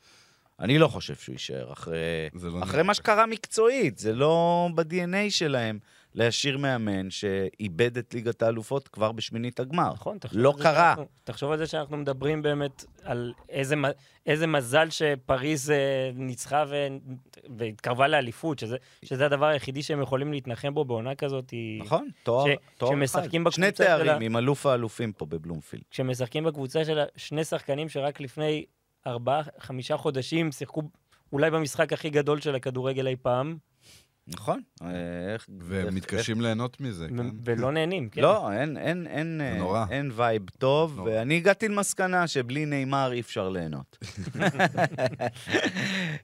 Speaker 2: אני לא חושב שהוא יישאר, אחרי...
Speaker 4: זה לא
Speaker 2: אחרי
Speaker 4: נראה
Speaker 2: מה
Speaker 4: ככה.
Speaker 2: שקרה מקצועית, זה לא ב-DNA שלהם להשאיר מאמן שאיבד את ליגת האלופות כבר בשמינית הגמר.
Speaker 3: נכון, תחשוב
Speaker 2: לא
Speaker 3: על זה
Speaker 2: קרה.
Speaker 3: שאנחנו- תחשוב על זה שאנחנו מדברים באמת על איזה, מ- איזה מזל שפריז אה, ניצחה ו... והתקרבה לאליפות, שזה, שזה הדבר היחידי שהם יכולים להתנחם בו בעונה כזאת. היא-
Speaker 2: נכון, תואר,
Speaker 3: ש-
Speaker 2: תואר
Speaker 3: שמשחקים
Speaker 2: אחד. שני
Speaker 3: בקבוצה של
Speaker 2: תארים
Speaker 3: ה-
Speaker 2: עם אלוף האלופים פה בבלומפילד.
Speaker 3: כשמשחקים בקבוצה של שני שחקנים שרק לפני ארבעה, חמישה חודשים שיחקו אולי במשחק הכי גדול של הכדורגל אי פעם,
Speaker 2: נכון. אה, איך... איך-
Speaker 4: והם מתקשים ליהנות מזה,
Speaker 3: ו-
Speaker 4: כן?
Speaker 3: ולא נהנים. כן.
Speaker 2: לא, אין, אין, אין, אה,
Speaker 4: נורא.
Speaker 2: אין וייב טוב,
Speaker 4: נורא.
Speaker 2: ואני הגעתי למסקנה שבלי נאמר אי אפשר ליהנות.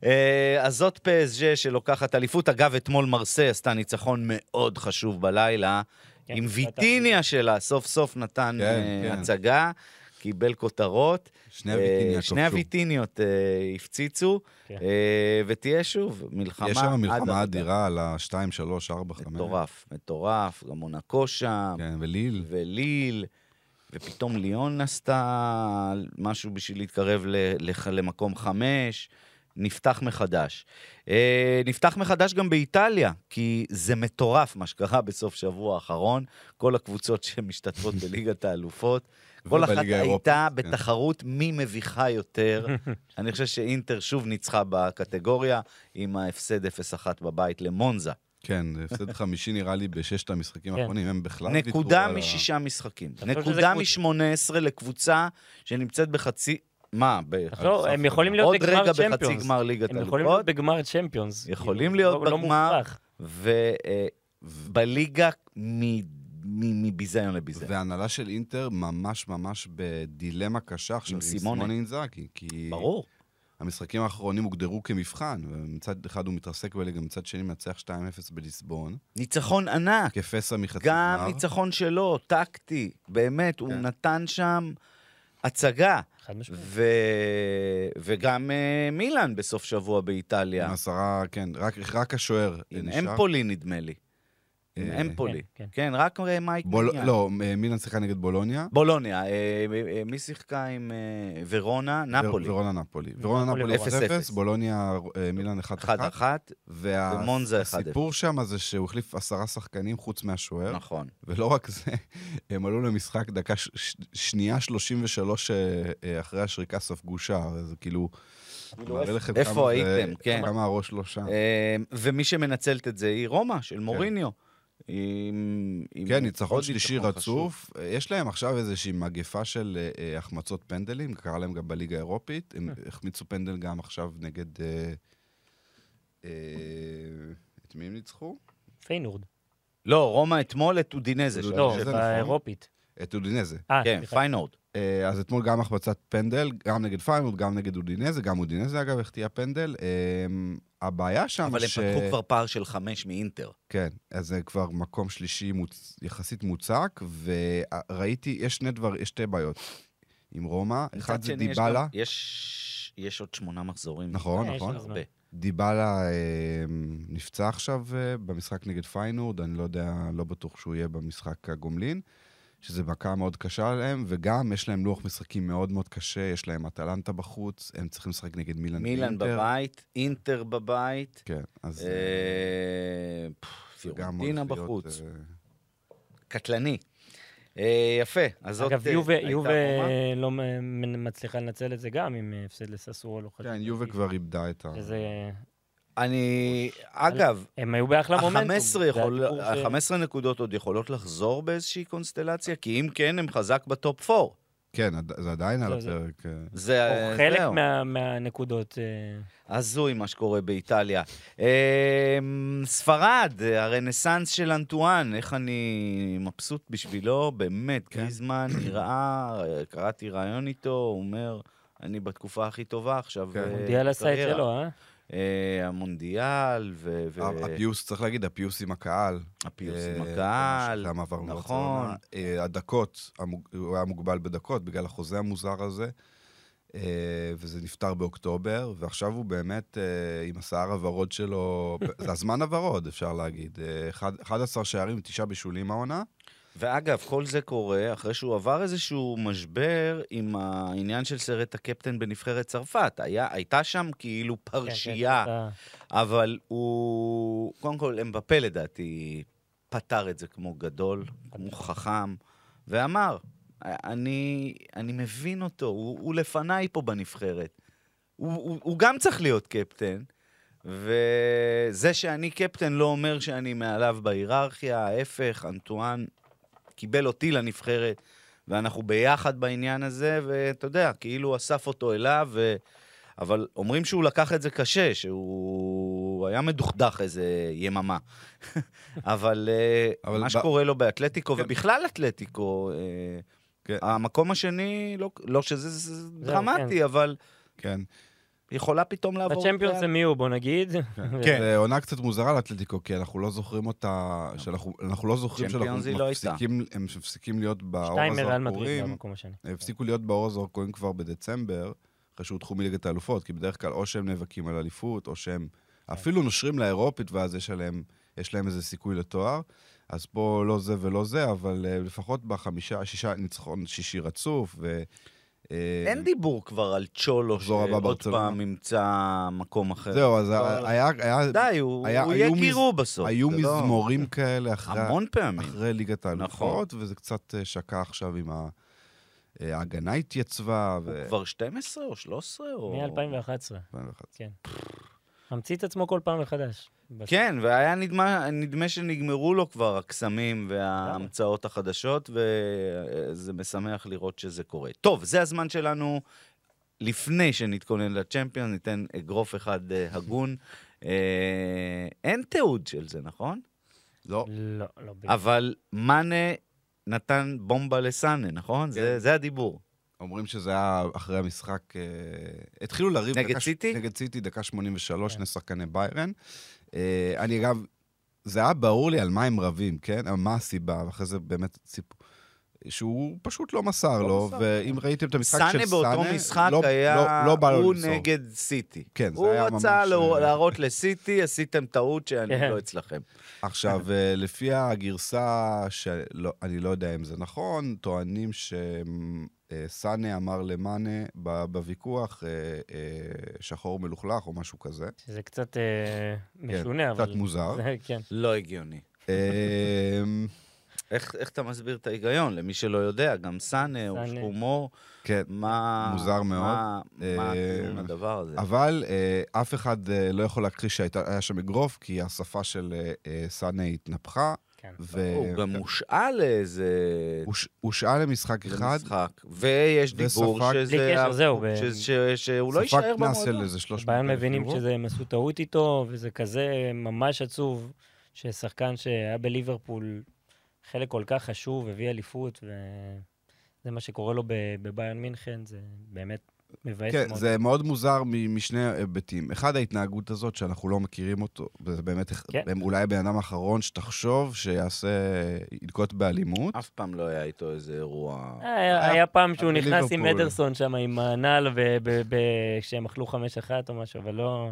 Speaker 2: אה, אז זאת פסג'ה שלוקחת אליפות. אגב, אתמול מרסה עשתה ניצחון מאוד חשוב בלילה,
Speaker 3: כן,
Speaker 2: עם
Speaker 3: אתה-
Speaker 2: ויטיניה שלה, סוף סוף נתן
Speaker 4: כן,
Speaker 2: אה,
Speaker 4: כן.
Speaker 2: הצגה, קיבל כותרות.
Speaker 4: שני
Speaker 2: אה,
Speaker 4: הוויטיניה
Speaker 2: שני
Speaker 4: כבשו.
Speaker 2: הוויטיניות אה, הפציצו,
Speaker 3: כן.
Speaker 2: אה, ותהיה שוב מלחמה.
Speaker 4: יש שם
Speaker 2: עד
Speaker 4: מלחמה
Speaker 2: הרגע.
Speaker 4: אדירה על ה-2, 3, 4, 5.
Speaker 2: מטורף, מטורף, גם מונקו שם.
Speaker 4: כן, וליל.
Speaker 2: וליל, ופתאום ליאון עשתה משהו בשביל להתקרב ל- לח- למקום חמש. נפתח מחדש. אה, נפתח מחדש גם באיטליה, כי זה מטורף מה שקרה בסוף שבוע האחרון. כל הקבוצות שמשתתפות בליגת האלופות, כל אחת
Speaker 4: ובליגה האירופית,
Speaker 2: הייתה
Speaker 4: כן.
Speaker 2: בתחרות מי מביכה יותר. אני חושב שאינטר שוב ניצחה בקטגוריה עם ההפסד 0-1 בבית למונזה.
Speaker 4: כן, זה הפסד חמישי נראה לי בששת המשחקים
Speaker 3: כן.
Speaker 4: האחרונים, הם בכלל ויתרו
Speaker 2: נקודה
Speaker 4: על ה-
Speaker 2: משישה משחקים.
Speaker 3: אתה חושב שזה
Speaker 2: נקודה
Speaker 3: קבוצ-
Speaker 2: מ-18 לקבוצה שנמצאת בחצי... מה? ב-
Speaker 3: תחשוב, לא, הם יכולים להיות
Speaker 2: עוד
Speaker 3: בגמר
Speaker 2: רגע בחצי
Speaker 3: צ'מפיונס.
Speaker 2: גמר ליגת
Speaker 3: הם יכולים להיות
Speaker 2: אלופות,
Speaker 3: בגמר צ'מפיונס.
Speaker 2: יכולים
Speaker 3: כאילו,
Speaker 2: להיות
Speaker 3: לא- לא
Speaker 2: בגמר.
Speaker 3: מופרך.
Speaker 2: אה, ובליגה מביזיון לביזיון.
Speaker 4: וההנהלה של אינטר ממש ממש בדילמה קשה עכשיו עם
Speaker 2: סימונה.
Speaker 4: סימונה אינזאקי. כי
Speaker 2: ברור.
Speaker 4: המשחקים האחרונים הוגדרו כמבחן, ומצד אחד הוא מתרסק בליגה, מצד שני מנצח 2-0 בליסבון.
Speaker 2: ניצחון ענק.
Speaker 4: כפסע מחצי גמר.
Speaker 2: גם ניצחון שלו, טקטי, באמת, הוא
Speaker 4: כן.
Speaker 2: נתן שם הצגה.
Speaker 3: חד משמעית.
Speaker 2: ו... וגם אה, מילאן בסוף שבוע באיטליה.
Speaker 4: עם עשרה, כן, רק, רק השוער
Speaker 2: עם
Speaker 4: נשאר.
Speaker 2: אמפולי, נדמה לי. עם
Speaker 4: אה,
Speaker 2: אמפולי.
Speaker 3: כן,
Speaker 2: כן, רק אה, מייק
Speaker 4: בול-
Speaker 2: מניאן.
Speaker 4: לא, מ- מילאן שיחקה נגד בולוניה.
Speaker 2: בולוניה, אה, אה, מי שיחקה עם אה, ורונה? נפולי.
Speaker 4: ו- ורונה נפולי. ורונה
Speaker 3: נפולי
Speaker 4: נפולי 0-0,
Speaker 2: אפס, אפס.
Speaker 4: בולוניה אה, מילאן 1-1.
Speaker 2: 1-1, ומונזה 1-0.
Speaker 4: והסיפור שם זה שהוא החליף עשרה שחקנים חוץ מהשוער,
Speaker 2: נכון.
Speaker 4: ולא רק זה, הם עלו למשחק דקה ש- ש- שנייה 33 אה, אה, אחרי השריקה ספגו שער, אז כאילו, מראה לכם
Speaker 2: איפה
Speaker 4: כמה זה-
Speaker 2: הייתם, כן.
Speaker 4: כמה הראש לא שם.
Speaker 2: אה, ומי שמנצלת את זה היא רומא, של מוריניו. עם- עם
Speaker 4: כן, ניצחון
Speaker 2: עוד
Speaker 4: שלישי
Speaker 2: ניצחון
Speaker 4: רצוף. אה, יש להם עכשיו איזושהי מגפה של אה, אה, החמצות פנדלים, קרה להם גם בליגה האירופית.
Speaker 2: אה.
Speaker 4: הם החמיצו פנדל גם עכשיו נגד... אה, אה, את מי הם ניצחו?
Speaker 3: פיינורד.
Speaker 2: לא, רומא אתמול את אודינזה.
Speaker 4: לא,
Speaker 3: לא,
Speaker 2: שלוש
Speaker 4: זה
Speaker 2: אפס.
Speaker 4: נכון.
Speaker 3: באירופית.
Speaker 4: את אודינזה.
Speaker 3: אה,
Speaker 2: כן,
Speaker 3: סליחה.
Speaker 2: פיינורד.
Speaker 4: אה, אז אתמול גם החמצת פנדל, גם נגד פיינורד, גם נגד אודינזה, גם אודינזה אגב החטיאה פנדל. אה, הבעיה שם
Speaker 2: אבל הם
Speaker 4: ש...
Speaker 2: פתחו כבר פער של חמש מאינטר.
Speaker 4: כן, אז זה כבר מקום שלישי מוצ... יחסית מוצק, וראיתי, יש שני דבר, יש שתי בעיות עם רומא. אחד
Speaker 2: מצד
Speaker 4: זה
Speaker 2: שני, יש
Speaker 4: דיבלה.
Speaker 2: גם- יש יש עוד שמונה מחזורים.
Speaker 4: נכון,
Speaker 3: אה, יש
Speaker 4: נכון.
Speaker 3: לו זמן.
Speaker 2: הרבה.
Speaker 4: דיבלה אה, נפצע עכשיו אה, במשחק נגד פיינורד, אני לא יודע, לא בטוח שהוא יהיה במשחק הגומלין, שזה מכה מאוד קשה להם, וגם יש להם לוח משחקים מאוד מאוד קשה, יש להם אטלנטה בחוץ, הם צריכים לשחק נגד מילאן
Speaker 2: מילאן
Speaker 4: ואינטר.
Speaker 2: בבית, אינטר בבית,
Speaker 4: כן, אז אה,
Speaker 2: אה, פפ,
Speaker 4: זה גם הולך
Speaker 2: פיורנטינה
Speaker 4: להיות,
Speaker 2: בחוץ.
Speaker 4: אה,
Speaker 2: קטלני. אה, יפה, אז זאת
Speaker 3: אגב,
Speaker 2: אה,
Speaker 3: יובה
Speaker 2: הייתה
Speaker 3: יובה
Speaker 2: רומא.
Speaker 3: לא מ- מ- מצליחה לנצל את זה גם עם אה, הפסד לססוולו.
Speaker 4: כן, יובה כבר איבדה את ה...
Speaker 3: שזה...
Speaker 2: אני, אגב,
Speaker 3: הם היו באחלה מומנטום.
Speaker 2: ה-15
Speaker 3: זה
Speaker 2: יכול-
Speaker 3: הדיבור ש-
Speaker 2: ה-15 נקודות עוד יכולות לחזור באיזושהי קונסטלציה? כי אם כן, הם חזק בטופ 4.
Speaker 4: כן, עד- זה עדיין על
Speaker 3: לא, זה-
Speaker 4: הפרק. אה,
Speaker 2: זה
Speaker 3: או חלק
Speaker 2: זהו.
Speaker 3: מה- מהנקודות. אה,
Speaker 2: הזוי מה שקורה באיטליה. אמ, ספרד, הרנסאנס של אנטואן, איך אני מבסוט בשבילו, באמת,
Speaker 3: כן.
Speaker 2: גריזמן נראה, קראתי ראיון איתו, הוא אומר, אני בתקופה הכי טובה עכשיו.
Speaker 4: כן.
Speaker 2: אה,
Speaker 3: מונדיאל עשה את
Speaker 2: בקריירה."
Speaker 3: שלו, אה?
Speaker 2: אה, המונדיאל, ו- ו-
Speaker 4: הפיוס, אה, צריך להגיד, הפיוס עם הקהל.
Speaker 2: הפיוס עם
Speaker 4: אה,
Speaker 2: הקהל,
Speaker 4: גם עבר
Speaker 2: נכון.
Speaker 4: לברצלונה. אה, הדקות, המוג- הוא היה מוגבל בדקות בגלל החוזה המוזר הזה, אה, וזה נפתר באוקטובר, ועכשיו הוא באמת אה, עם השיער הוורוד שלו, זה הזמן הוורוד, אפשר להגיד. אה, אחד- 11 שערים, תשעה בישולים העונה.
Speaker 2: ואגב, כל זה קורה אחרי שהוא עבר איזשהו משבר עם העניין של סרט הקפטן בנבחרת צרפת. היה, הייתה שם כאילו
Speaker 3: כן, כן,
Speaker 2: פרשייה.
Speaker 3: אתה-
Speaker 2: אבל הוא, קודם כל, אמבפה לדעתי פתר את זה כמו גדול, כמו חכם, ואמר, אני, אני מבין אותו, הוא, הוא לפניי פה בנבחרת. הוא, הוא, הוא גם צריך להיות קפטן, וזה שאני קפטן לא אומר שאני מעליו בהיררכיה, ההפך, אנטואן קיבל אותי לנבחרת, ואנחנו ביחד בעניין הזה, ואתה יודע, כאילו אסף אותו אליו, ו... אבל אומרים שהוא לקח את זה קשה, שהוא היה מדוכדך איזה יממה. אבל, אבל
Speaker 4: אבל
Speaker 2: מה
Speaker 4: ב-
Speaker 2: שקורה לו באתלטיקו,
Speaker 4: כן.
Speaker 2: ובכלל אתלטיקו, אה,
Speaker 4: כן.
Speaker 2: המקום השני, לא, לא שזה זה דרמטי,
Speaker 3: כן.
Speaker 2: אבל
Speaker 4: כן.
Speaker 2: יכולה פתאום לעבור... את
Speaker 3: בצ'מפיונס
Speaker 2: ריאל.
Speaker 3: הם יהיו, בוא נגיד.
Speaker 4: כן. זו עונה קצת מוזרה לאתלטיקו, כי אנחנו לא זוכרים אותה, שאנחנו אנחנו לא זוכרים שאנחנו
Speaker 2: צ'מפיונס היא לא הייתה.
Speaker 4: מפסיקים, הם מפסיקים להיות באור
Speaker 3: שתיים מריאל מדריד
Speaker 4: אה,
Speaker 2: לא,
Speaker 4: הזרקורים.
Speaker 3: במקום השני.
Speaker 4: הם הפסיקו להיות באור הזרקורים כבר בדצמבר, אחרי שהודחו מליגת האלופות, כי בדרך כלל או שהם נאבקים על אליפות, או שהם
Speaker 2: כן.
Speaker 4: אפילו נושרים לאירופית, ואז יש, עליהם, יש להם איזה סיכוי לתואר. אז פה לא זה ולא זה, אבל אה, לפחות בחמישה, שישה ניצחון שישי רצוף, ו... אה,
Speaker 2: אין דיבור כבר על צ'ולו,
Speaker 4: מחזור הבא
Speaker 2: שעוד
Speaker 4: ברצלונה.
Speaker 2: פעם ימצא מקום אחר.
Speaker 4: זהו, אז ה- היה... היה
Speaker 2: די, הוא
Speaker 4: היה-
Speaker 2: הוא
Speaker 4: היו
Speaker 2: יהיה
Speaker 4: מז-
Speaker 2: גירו בסוף.
Speaker 4: היו
Speaker 2: זה לא-
Speaker 4: מזמורים כאלה אחרי,
Speaker 2: המון פעמים.
Speaker 4: אחרי ליגת
Speaker 2: נכון.
Speaker 4: האלופות, וזה קצת אה, שקע עכשיו עם ה... אה, ההגנה התייצבה,
Speaker 2: הוא
Speaker 4: ו...
Speaker 2: כבר 12 או 13 או...
Speaker 3: מ-2011. כן. ממציא את עצמו כל פעם מחדש.
Speaker 2: כן, והיה נדמה, נדמה שנגמרו לו כבר הקסמים וההמצאות החדשות, וזה משמח לראות שזה קורה. טוב, זה הזמן שלנו, לפני שנתכונן לצ'מפיון, ניתן אגרוף אחד אה, הגון. אה, אין תיעוד של זה, נכון?
Speaker 4: לא.
Speaker 3: לא, לא. בדיוק.
Speaker 2: אבל מאנה נתן בומבה לסאנה, נכון?
Speaker 4: כן.
Speaker 2: זה, זה הדיבור.
Speaker 4: אומרים שזה היה אחרי המשחק, אה, התחילו לריב.
Speaker 2: נגד
Speaker 4: דקה ש-
Speaker 2: סיטי?
Speaker 4: נגד סיטי, דקה 83,
Speaker 3: כן.
Speaker 4: שני שחקני ביירן. אה, אני אגב, זה היה ברור לי על מה הם רבים, כן? אבל מה הסיבה, ואחרי זה באמת סיפור. שהוא פשוט לא מסר
Speaker 2: לא
Speaker 4: לו,
Speaker 2: מסר.
Speaker 4: ואם ראיתם את המשחק של
Speaker 2: סאנה
Speaker 4: סאנה,
Speaker 2: באותו משחק
Speaker 4: לא-
Speaker 2: היה,
Speaker 4: לא- לא בא לו
Speaker 2: הוא
Speaker 4: למסור.
Speaker 2: נגד סיטי.
Speaker 4: כן, זה
Speaker 2: הוא
Speaker 4: היה
Speaker 2: רצה
Speaker 4: ממש,
Speaker 2: לה-
Speaker 4: אה,
Speaker 2: להראות לסיטי, עשיתם טעות שאני
Speaker 3: כן.
Speaker 2: לא אצלכם.
Speaker 4: עכשיו, אה, לפי הגרסה, שלא, אני לא יודע אם זה נכון, טוענים שסאנה אמר למאנה ב- בוויכוח אה, אה, שחור מלוכלך או משהו כזה.
Speaker 3: שזה קצת אה, משונה, אבל...
Speaker 4: קצת מוזר.
Speaker 3: זה- כן.
Speaker 2: לא הגיוני.
Speaker 4: אמ,
Speaker 2: איך, איך אתה מסביר את ההיגיון? למי שלא יודע, גם סאנה הוא
Speaker 3: סאנה.
Speaker 2: הומור,
Speaker 4: כן,
Speaker 2: מה...
Speaker 4: מוזר מאוד.
Speaker 2: מה, מה
Speaker 4: אה,
Speaker 2: הכיוון הדבר הזה?
Speaker 4: אבל אה, אף אחד אה, לא יכול להכחיש שהיה שם אגרוף, כי השפה של אה, אה, סאנה התנפחה.
Speaker 3: כן.
Speaker 4: ו-
Speaker 2: הוא גם הושאל לאיזה
Speaker 4: אה, הוא ש- הושאל למשחק אחד,
Speaker 2: משחק, ויש
Speaker 4: וספג-
Speaker 2: דיבור שזה...
Speaker 3: בלי קשר, זהו, ב-
Speaker 2: ש- ש- שהוא לא
Speaker 4: ספג
Speaker 2: יישאר
Speaker 4: קנס של
Speaker 2: במועדון.
Speaker 4: איזה 300
Speaker 3: ביאן
Speaker 4: אלף
Speaker 3: מבינים
Speaker 4: יורו.
Speaker 3: שזה, הם עשו טעות איתו, וזה כזה ממש עצוב ששחקן שהיה בליברפול, חלק כל כך חשוב, הביא אליפות, וזה מה שקורה לו ב- בביאן מינכן, זה באמת מבאס
Speaker 4: כן,
Speaker 3: מאוד.
Speaker 4: זה מאוד מוזר מ- משני היבטים. אחד, ההתנהגות הזאת שאנחנו לא מכירים אותו, וזה באמת אח-
Speaker 3: כן.
Speaker 4: הם אולי הבן אדם האחרון שתחשוב שיעשה, ינקוט באלימות.
Speaker 2: אף פעם לא היה איתו איזה אירוע...
Speaker 3: אה, היה היה פעם שהוא
Speaker 4: אבל
Speaker 3: נכנס עם
Speaker 4: ליברפול.
Speaker 3: אדרסון שם, עם הנעל, ו- ב- ב- כשהם אכלו חמש אחת או משהו, אבל לא...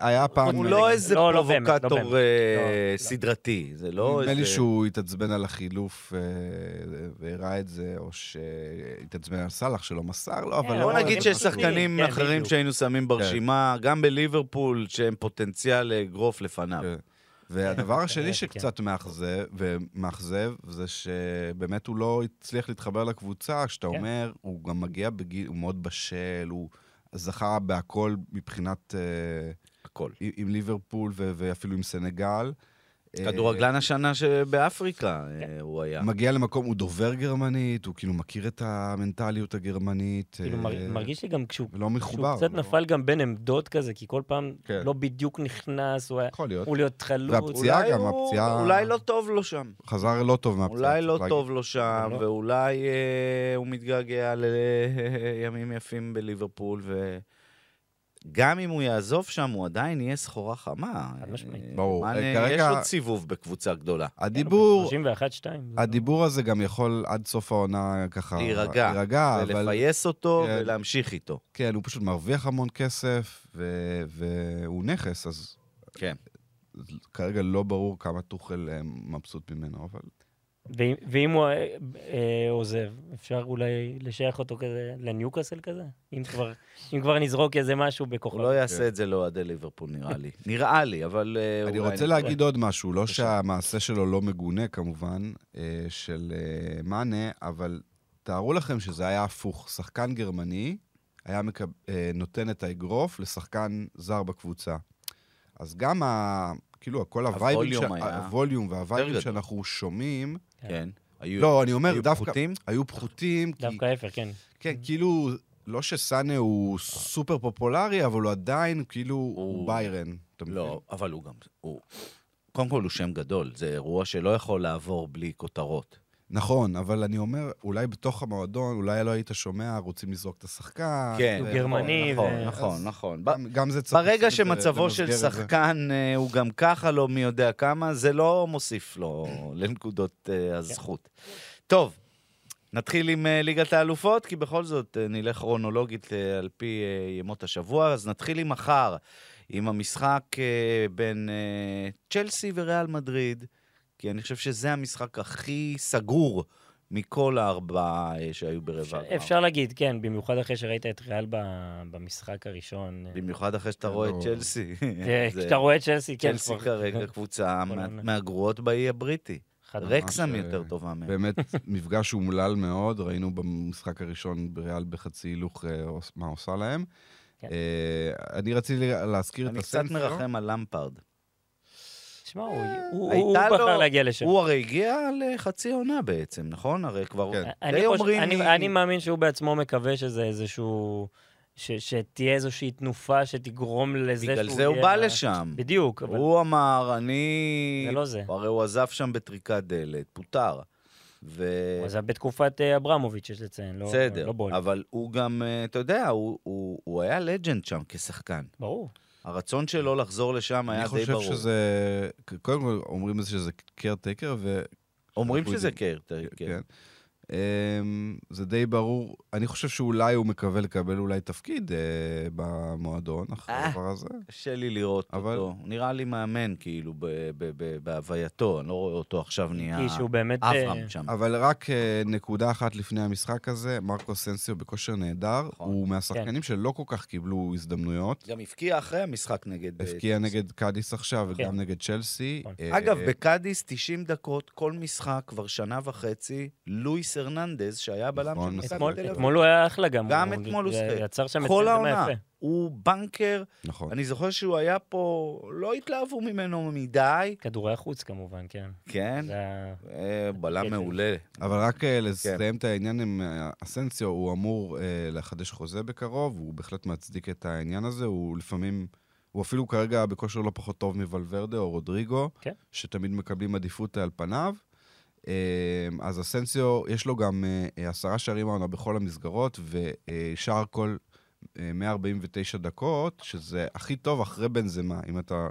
Speaker 4: היה פעם,
Speaker 2: הוא
Speaker 3: הוא
Speaker 2: לא
Speaker 3: לא-
Speaker 2: איזה
Speaker 3: לא, לא באמת, לא
Speaker 2: פרובוקטור
Speaker 3: באמת.
Speaker 2: אה,
Speaker 3: לא, לא.
Speaker 2: סדרתי, זה לא
Speaker 4: נדמה לי
Speaker 2: איזה...
Speaker 4: שהוא התעצבן על החילוף אה, והראה את זה, או שהתעצבן על סאלח שלא מסר לו, אבל
Speaker 3: כן,
Speaker 4: לא...
Speaker 2: בוא
Speaker 3: אבל
Speaker 2: נגיד
Speaker 3: הם
Speaker 2: שיש
Speaker 3: פשוט
Speaker 2: שחקנים
Speaker 3: נראים, כן,
Speaker 2: אחרים
Speaker 3: בדיוק.
Speaker 2: שהיינו שמים ברשימה, גם בליברפול, שהם פוטנציאל לאגרוף לפניו.
Speaker 4: כן. והדבר השני
Speaker 3: אה. כן.
Speaker 4: שקצת מאכזב, ומאכזב, זה שבאמת הוא לא הצליח להתחבר לקבוצה, כשאתה
Speaker 3: כן.
Speaker 4: אומר, הוא גם מגיע בגיל, הוא מאוד בשל, הוא זכר בהכל מבחינת, אה,
Speaker 2: הכל.
Speaker 4: עם- עם ליברפול ו- ואפילו עם סנגל. אה, כן.
Speaker 2: כדורגלן השנה שבאפריקה אה, הוא היה.
Speaker 4: מגיע למקום, הוא דובר גרמנית, הוא כאילו מכיר את המנטליות הגרמנית.
Speaker 3: כאילו,
Speaker 4: אה,
Speaker 3: מר- מרגיש לי גם כשהוא
Speaker 4: ולא
Speaker 3: שהוא
Speaker 4: מחובר.
Speaker 3: קצת
Speaker 4: לא-
Speaker 3: נפל גם בין עמדות כזה, כי כל פעם
Speaker 4: כן.
Speaker 3: לא בדיוק נכנס, הוא היה
Speaker 4: יכול להיות.
Speaker 3: אמור להיות חלוץ.
Speaker 4: והפציעה
Speaker 2: אולי
Speaker 4: גם,
Speaker 2: הוא-
Speaker 4: הפציעה-
Speaker 2: אולי לא טוב לו שם.
Speaker 4: חזר לא טוב מהפציעה.
Speaker 2: אולי
Speaker 4: צריך
Speaker 2: לא
Speaker 4: להגיד.
Speaker 2: טוב לו שם,
Speaker 3: לא.
Speaker 2: ואולי אה, הוא מתגעגע לימים יפים בליברפול, וגם אם הוא יעזוב שם, הוא עדיין יהיה סחורה חמה.
Speaker 3: חד משמעית.
Speaker 2: אה,
Speaker 4: ברור.
Speaker 2: מאנה,
Speaker 4: אה,
Speaker 2: יש
Speaker 4: כרגע-
Speaker 2: עוד סיבוב בקבוצה גדולה.
Speaker 4: הדיבור,
Speaker 3: 31-2.
Speaker 2: לא.
Speaker 4: הדיבור הזה גם יכול עד סוף העונה ככה...
Speaker 2: להירגע.
Speaker 4: להירגע, אה, אבל...
Speaker 2: ולפייס אותו
Speaker 4: כן.
Speaker 2: ולהמשיך איתו.
Speaker 4: כן, הוא פשוט מרוויח המון כסף, ו- והוא נכס, אז
Speaker 2: כן.
Speaker 4: כרגע לא ברור כמה טוחל אה, מבסוט ממנו, אבל...
Speaker 3: ואם- ואם הוא אה, אה, עוזב, אפשר אולי לשייך אותו כזה לניוקאסל כזה? אם כבר- אם כבר נזרוק איזה משהו
Speaker 2: הוא
Speaker 3: בכוחו.
Speaker 2: לא יעשה את זה לאוהדי ליברפול, נראה לי. נראה לי, אבל... אה,
Speaker 4: כן. אני
Speaker 2: אולי
Speaker 4: רוצה
Speaker 2: נראה.
Speaker 4: להגיד עוד משהו, לא
Speaker 2: בבקשה.
Speaker 4: שהמעשה שלו לא מגונה כמובן, אה, של אה, מאנה, אבל תארו לכם שזה היה הפוך. שחקן גרמני היה מקב... אה, נותן את האגרוף לשחקן זר בקבוצה. אז גם ה... כאילו, כל הווייבים,
Speaker 2: הווליום
Speaker 4: שה-
Speaker 2: היה
Speaker 4: הווליום והווייבים
Speaker 2: גדול.
Speaker 4: שאנחנו שומעים,
Speaker 2: כן. היו-
Speaker 4: לא, אני אומר,
Speaker 2: היו
Speaker 4: דווקא,
Speaker 2: פחותים?
Speaker 4: היו פחותים, כי-
Speaker 3: דווקא ההפך, כן.
Speaker 4: כן, כאילו, לא שסאנה הוא סופר פופולרי, אבל הוא עדיין, כאילו, הוא ביירן. אתה מבין?
Speaker 2: לא, אבל הוא גם... הוא- קודם כל הוא שם גדול, זה אירוע שלא יכול לעבור בלי כותרות.
Speaker 4: נכון, אבל אני אומר, אולי בתוך המועדון, אולי לא היית שומע, רוצים לזרוק את השחקן.
Speaker 2: כן.
Speaker 3: הוא
Speaker 4: ו-
Speaker 3: גרמני,
Speaker 2: נכון,
Speaker 3: ו-
Speaker 2: נכון,
Speaker 4: אז
Speaker 2: נכון. ב-
Speaker 4: גם- גם זה צריך...
Speaker 2: ברגע
Speaker 4: צריך
Speaker 2: שמצבו
Speaker 4: למסגר
Speaker 2: של
Speaker 4: את זה.
Speaker 2: שחקן אה, הוא גם ככה לא מי יודע כמה, זה לא מוסיף לו לנקודות אה, הזכות.
Speaker 4: כן.
Speaker 2: טוב, נתחיל עם אה, ליגת האלופות, כי בכל זאת אה, נלך כרונולוגית אה, על פי אה, ימות השבוע, אז נתחיל עם מחר, עם המשחק אה, בין אה, צ'לסי וריאל מדריד, כי אני חושב שזה המשחק הכי סגור מכל הארבעה אה, שהיו ברבע הגמר.
Speaker 3: אפשר להגיד, כן, במיוחד אחרי שראית את ריאל ב- במשחק הראשון.
Speaker 2: במיוחד אחרי שאתה רואה את צ'לסי.
Speaker 3: אה,
Speaker 2: זה-
Speaker 3: כן, כשאתה רואה את צ'לסי, כן,
Speaker 2: צ'לסי
Speaker 3: כבר-
Speaker 2: כרגע קבוצה
Speaker 3: כל
Speaker 2: מה-
Speaker 3: העונה.
Speaker 2: מהגרועות באי הבריטי.
Speaker 3: חד-
Speaker 2: רקסם
Speaker 4: ממש,
Speaker 2: יותר
Speaker 4: אה,
Speaker 2: טובה מהם.
Speaker 4: באמת, מפגש אומלל מאוד, ראינו במשחק הראשון בריאל בחצי הילוך אה, עוש- מה עושה להם.
Speaker 3: כן.
Speaker 4: אה, אני רציתי להזכיר את
Speaker 2: אני קצת
Speaker 4: הסנסור.
Speaker 2: מרחם על למפרד.
Speaker 3: שמע, הוא- הוא
Speaker 2: הייתה
Speaker 3: הוא בחר
Speaker 2: לו-
Speaker 3: להגיע לשם.
Speaker 2: הוא הרי הגיע לחצי עונה בעצם, נכון? הרי כבר
Speaker 4: כן.
Speaker 2: די
Speaker 3: אני, חושב,
Speaker 2: אומרים
Speaker 3: אני,
Speaker 2: לי...
Speaker 3: אני מאמין שהוא בעצמו מקווה שזה איזשהו... ש, שתהיה איזושהי תנופה שתגרום לזה
Speaker 2: בגלל
Speaker 3: שהוא
Speaker 2: זה הוא
Speaker 3: יהיה
Speaker 2: בא
Speaker 3: ה-
Speaker 2: לשם.
Speaker 3: בדיוק, אבל
Speaker 2: הוא אמר, אני...
Speaker 3: זה לא זה.
Speaker 2: הרי הוא עזב שם בטריקת דלת, פוטר. ו...
Speaker 3: הוא עזב בתקופת אה, אברמוביץ', יש לציין, לא,
Speaker 2: בסדר,
Speaker 3: לא בול.
Speaker 2: אבל הוא גם, אה, אתה יודע, הוא- הוא הוא היה לג'נד שם כשחקן.
Speaker 3: ברור.
Speaker 2: הרצון שלו לחזור לשם היה
Speaker 4: אני
Speaker 2: די ברור.
Speaker 4: חושב שזה... קודם כל אומרים שזה קרטייקר, ו...
Speaker 2: אומרים
Speaker 4: אנחנו
Speaker 2: שזה
Speaker 4: יודעים.
Speaker 2: קרטר, כן.
Speaker 4: כן. אמ, זה די ברור. אני חושב שאולי הוא מקווה לקבל אולי תפקיד אה, במועדון אחרי
Speaker 2: אה.
Speaker 4: הדבר הזה.
Speaker 2: קשה לי לראות
Speaker 4: אבל-
Speaker 2: אותו. הוא נראה לי מאמן, כאילו, ב- ב- ב- בהווייתו. אני לא רואה אותו עכשיו נהיה
Speaker 3: כי שהוא באמת... אה,
Speaker 2: אברהם שם.
Speaker 4: אבל רק אה, נקודה אחת לפני המשחק הזה, מרקו סנסיו בכושר נהדר.
Speaker 2: נכון.
Speaker 4: הוא מהשחקנים שלא כל כך קיבלו הזדמנויות.
Speaker 2: גם הבקיע אחרי המשחק נגד... אה,
Speaker 4: הבקיע נגד קאדיס עכשיו וגם
Speaker 3: כן.
Speaker 4: נגד צ'לסי.
Speaker 3: נכון.
Speaker 4: אה,
Speaker 2: אגב, בקאדיס 90 דקות, כל משחק, כבר שנה וחצי, לואיס הרננדז, שהיה בלם
Speaker 4: נכון,
Speaker 2: של מכבי
Speaker 3: אתמול-
Speaker 2: תל אביב,
Speaker 3: אתמול הוא היה אחלה גם.
Speaker 2: גם
Speaker 3: הוא
Speaker 2: אתמול הוא שיחק.
Speaker 3: יצר שם את
Speaker 2: כל
Speaker 3: זה
Speaker 2: העונה,
Speaker 3: יפה.
Speaker 2: הוא בנקר.
Speaker 4: נכון.
Speaker 2: אני זוכר שהוא היה פה, לא התלהבו ממנו מדי.
Speaker 3: כדורי החוץ כמובן, כן.
Speaker 2: כן,
Speaker 3: זה ה-
Speaker 2: אה, בלם
Speaker 3: כן.
Speaker 2: מעולה.
Speaker 4: אבל רק
Speaker 2: כן.
Speaker 4: אה, לסיים את העניין עם אה, אסנסיו, הוא אמור אה, לחדש חוזה בקרוב, הוא בהחלט מצדיק את העניין הזה, הוא לפעמים, הוא אפילו כרגע בכושר לא פחות טוב מוולברדה או רודריגו,
Speaker 3: כן.
Speaker 4: שתמיד מקבלים עדיפות על פניו. אה, אז אסנסיו, יש לו גם אה, עשרה שערים העונה בכל המסגרות, ושער כל אה, 149 דקות, שזה הכי טוב אחרי בנזמה, אם אתה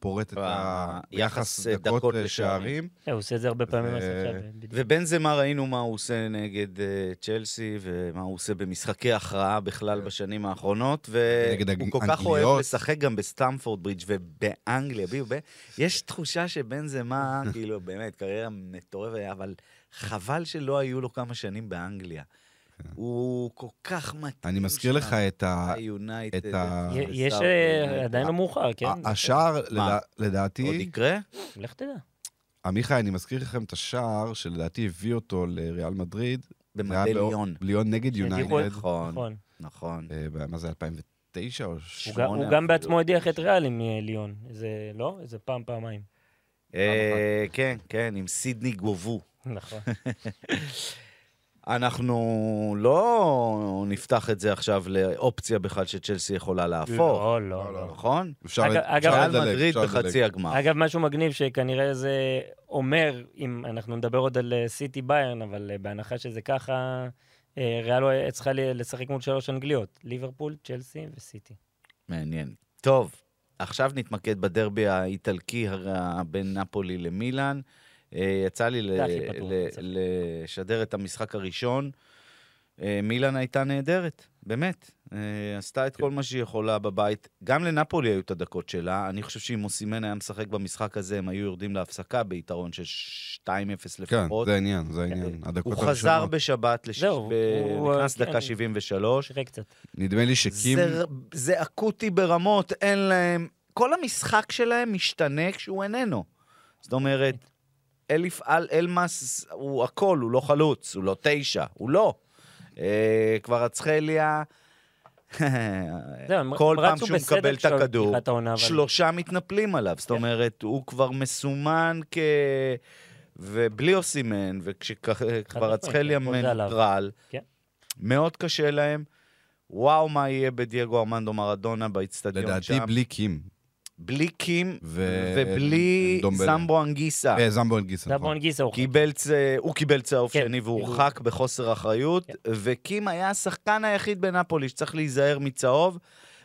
Speaker 4: פורט את
Speaker 2: היחס,
Speaker 4: היחס
Speaker 2: אה,
Speaker 4: דקות
Speaker 2: דקות
Speaker 4: אה,
Speaker 2: לשערים.
Speaker 4: שערים.
Speaker 3: אה, הוא עושה את זה הרבה פעמים.
Speaker 4: ו-
Speaker 3: אז עכשיו, בדיוק.
Speaker 2: ובנזמה ראינו מה הוא עושה נגד אה, צ'לסי, ומה הוא עושה במשחקי הכרעה בכלל בשנים האחרונות,
Speaker 4: כן. נגד
Speaker 2: והוא
Speaker 4: הג-
Speaker 2: כל כך אוהב
Speaker 4: אנגליות.
Speaker 2: לשחק גם בסטמפורד ברידג' ובאנגליה. בדיוק, ב- יש תחושה שבנזמה, כאילו, באמת, קריירה מטורפת, אבל חבל שלא היו לו כמה שנים באנגליה. הוא כל כך מתאים.
Speaker 4: כן. אני מזכיר
Speaker 2: שם,
Speaker 4: לך את
Speaker 2: אה,
Speaker 4: ה...
Speaker 2: היונייטד.
Speaker 4: את ה-
Speaker 2: וסאוט,
Speaker 4: י-
Speaker 3: יש אה,
Speaker 2: באמת.
Speaker 3: עדיין לא מאוחר, כן?
Speaker 2: אה,
Speaker 3: אה,
Speaker 4: ה- השער,
Speaker 2: מה?
Speaker 4: לדע-
Speaker 2: עוד
Speaker 4: לדעתי,
Speaker 2: יקרה?
Speaker 3: לך תדע.
Speaker 4: עמיחי, אני מזכיר לכם את השער שלדעתי הביא אותו לריאל מדריד. זה היה
Speaker 2: במדי
Speaker 4: באו-
Speaker 2: ליון.
Speaker 4: ליון נגד
Speaker 3: שהדיחו
Speaker 4: יונייטד.
Speaker 3: את-
Speaker 2: נכון,
Speaker 3: נכון.
Speaker 2: נכון.
Speaker 4: אה, ב- מה זה, 2009 או... ש-
Speaker 3: הוא גם- הוא
Speaker 2: שמונה
Speaker 3: גם
Speaker 2: אפילו.
Speaker 3: בעצמו הדיח את ריאל עם אה, ליון. זה לא? זה פעם, פעמיים.
Speaker 2: אה, כן, כן, עם סידני גובו.
Speaker 3: נכון.
Speaker 2: אנחנו לא נפתח את זה עכשיו לאופציה בכלל שצ'לסי יכולה להפוך,
Speaker 3: לא,
Speaker 4: לא,
Speaker 3: לא,
Speaker 4: לא.
Speaker 3: לא.
Speaker 2: נכון?
Speaker 4: אפשר
Speaker 3: אגב-
Speaker 4: אפשר
Speaker 3: אגב-
Speaker 2: ריאל
Speaker 4: לדלג,
Speaker 2: מדריד
Speaker 4: אפשר לדלג.
Speaker 2: בחצי הגמר.
Speaker 3: אגב, משהו מגניב שכנראה זה אומר, אם אנחנו נדבר עוד על אה, סיטי ביירן, אבל אה, בהנחה שזה ככה, אה, ריאל לא היה- צריכה ל- לשחק מול שלוש אנגליות, ליברפול, צ'לסי וסיטי.
Speaker 2: מעניין. טוב, עכשיו נתמקד בדרבי האיטלקי הר- בין נפולי למילאן. אה, יצא לי ל-
Speaker 3: זה הכי פתוח,
Speaker 2: ל-
Speaker 3: בסדר.
Speaker 2: לשדר את המשחק הראשון. אה, מילאן הייתה נהדרת, באמת. אה, עשתה
Speaker 3: כן.
Speaker 2: את כל מה שהיא יכולה בבית. גם לנפולי היו את הדקות שלה. אני חושב שאם מוסימן היה משחק במשחק הזה, הם היו יורדים להפסקה ביתרון של 2-0
Speaker 4: כן,
Speaker 2: לפחות.
Speaker 4: זה העניין, זה העניין. הדקות
Speaker 2: אה, הוא חזר
Speaker 4: הראשונות.
Speaker 2: בשבת, לשש-
Speaker 3: זהו,
Speaker 2: ב-
Speaker 3: הוא-
Speaker 2: נכנס
Speaker 3: כן.
Speaker 2: דקה 73.
Speaker 3: שחק קצת.
Speaker 4: נדמה לי שקים...
Speaker 2: זה, זה אקוטי ברמות, אין להם... כל המשחק שלהם משתנה כשהוא איננו. זאת אומרת, אליף אל אלמס הוא הכל, הוא לא חלוץ, הוא לא תשע, הוא לא. אה, כבר אצחליה,
Speaker 3: זהו, הם
Speaker 2: אה, כל פעם
Speaker 3: רצו
Speaker 2: שהוא
Speaker 3: בסדר
Speaker 2: מקבל את
Speaker 3: עכשיו
Speaker 2: הכדור,
Speaker 3: בתחילת העונה, אבל- כן.
Speaker 2: שלושה מתנפלים עליו. זאת אומרת, הוא כבר מסומן כ... ובלי אוסימן, וכשכבר אצחליה
Speaker 3: הכל זה עליו.
Speaker 2: מנוטרל,
Speaker 3: כן.
Speaker 2: מאוד קשה להם. וואו, מה יהיה בדייגו ארמנדו מרדונה באיצטדיון
Speaker 4: לדעתי
Speaker 2: שם.
Speaker 4: בלי קים.
Speaker 2: בלי קים
Speaker 4: ו- אה,
Speaker 2: ובלי
Speaker 4: דומבלה.
Speaker 2: סמבו אנגיסה.
Speaker 4: אה, זמבון גיסן.
Speaker 2: נכון.
Speaker 3: דאבון גיסה הוא
Speaker 2: קיבל צ... הוא קיבל צהוב
Speaker 3: כן,
Speaker 2: שני
Speaker 3: כאילו-
Speaker 2: והורחק בחוסר אחריות,
Speaker 3: כן.
Speaker 2: וקים היה השחקן היחיד בנפולי שצריך להיזהר מצהוב,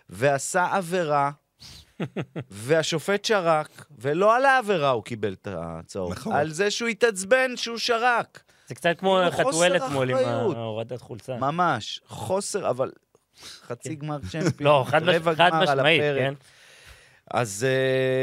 Speaker 2: ועשה עבירה, והשופט שרק, ולא על העבירה הוא קיבל את הצהוב,
Speaker 4: נכון.
Speaker 2: על זה שהוא התעצבן שהוא שרק.
Speaker 3: זה קצת כמו
Speaker 2: כאילו חוסר
Speaker 3: חתואל אתמול עם
Speaker 2: אחריות.
Speaker 3: הורדת חולצה.
Speaker 2: ממש, חוסר, אבל חצי גמר צ'מפיונס,
Speaker 3: כן. לא, חד מש-
Speaker 2: רבע
Speaker 3: חד
Speaker 2: גמר על
Speaker 3: משמעית,
Speaker 2: הפרק.
Speaker 3: כן.
Speaker 2: אז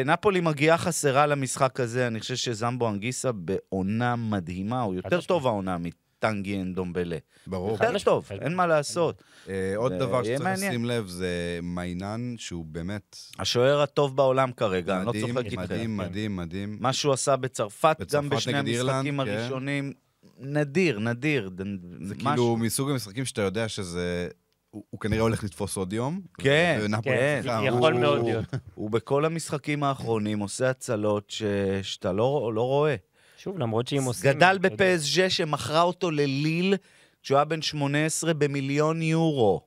Speaker 2: uh, נפולי מגיעה חסרה למשחק הזה, אני חושב שזמבו אנגיסה בעונה מדהימה, הוא יותר
Speaker 3: משמעית.
Speaker 2: טוב העונה מטנגי אנדומבלה.
Speaker 4: נכון, ברור.
Speaker 2: יותר
Speaker 3: משמעית.
Speaker 2: טוב,
Speaker 3: חד
Speaker 2: אין
Speaker 3: משמעית.
Speaker 2: מה לעשות.
Speaker 4: אה, עוד
Speaker 2: זה יהיה
Speaker 4: דבר שצריך
Speaker 2: מעניין.
Speaker 4: לשים לב זה מיינן, שהוא באמת
Speaker 2: השוער הטוב בעולם כרגע, אני לא
Speaker 4: מדהים,
Speaker 2: צוחק איתכם.
Speaker 4: מדהים,
Speaker 3: כן.
Speaker 4: מדהים, מדהים.
Speaker 2: מה שהוא עשה בצרפת, גם
Speaker 4: בצרפת
Speaker 2: בשני
Speaker 4: נגד
Speaker 2: המשחקים
Speaker 4: אירלנד, כן.
Speaker 2: הראשונים, נדיר, נדיר.
Speaker 4: זה
Speaker 2: משהו.
Speaker 4: כאילו מסוג המשחקים שאתה יודע שזה... הוא הוא כנראה הולך לתפוס עוד יום. אה,
Speaker 2: כן,
Speaker 4: ונפולי
Speaker 3: כן,
Speaker 4: צריכה,
Speaker 3: יכול
Speaker 2: כאילו-
Speaker 4: הוא-
Speaker 3: מאוד להיות.
Speaker 2: הוא בכל המשחקים האחרונים עושה הצלות ש... שאתה לא, לא רואה.
Speaker 3: שוב, למרות שאם עושים...
Speaker 2: גדל
Speaker 3: אתה יודע,
Speaker 2: בפסג'ה שמכרה אותו לליל כשהוא היה בן 18 במיליון יורו.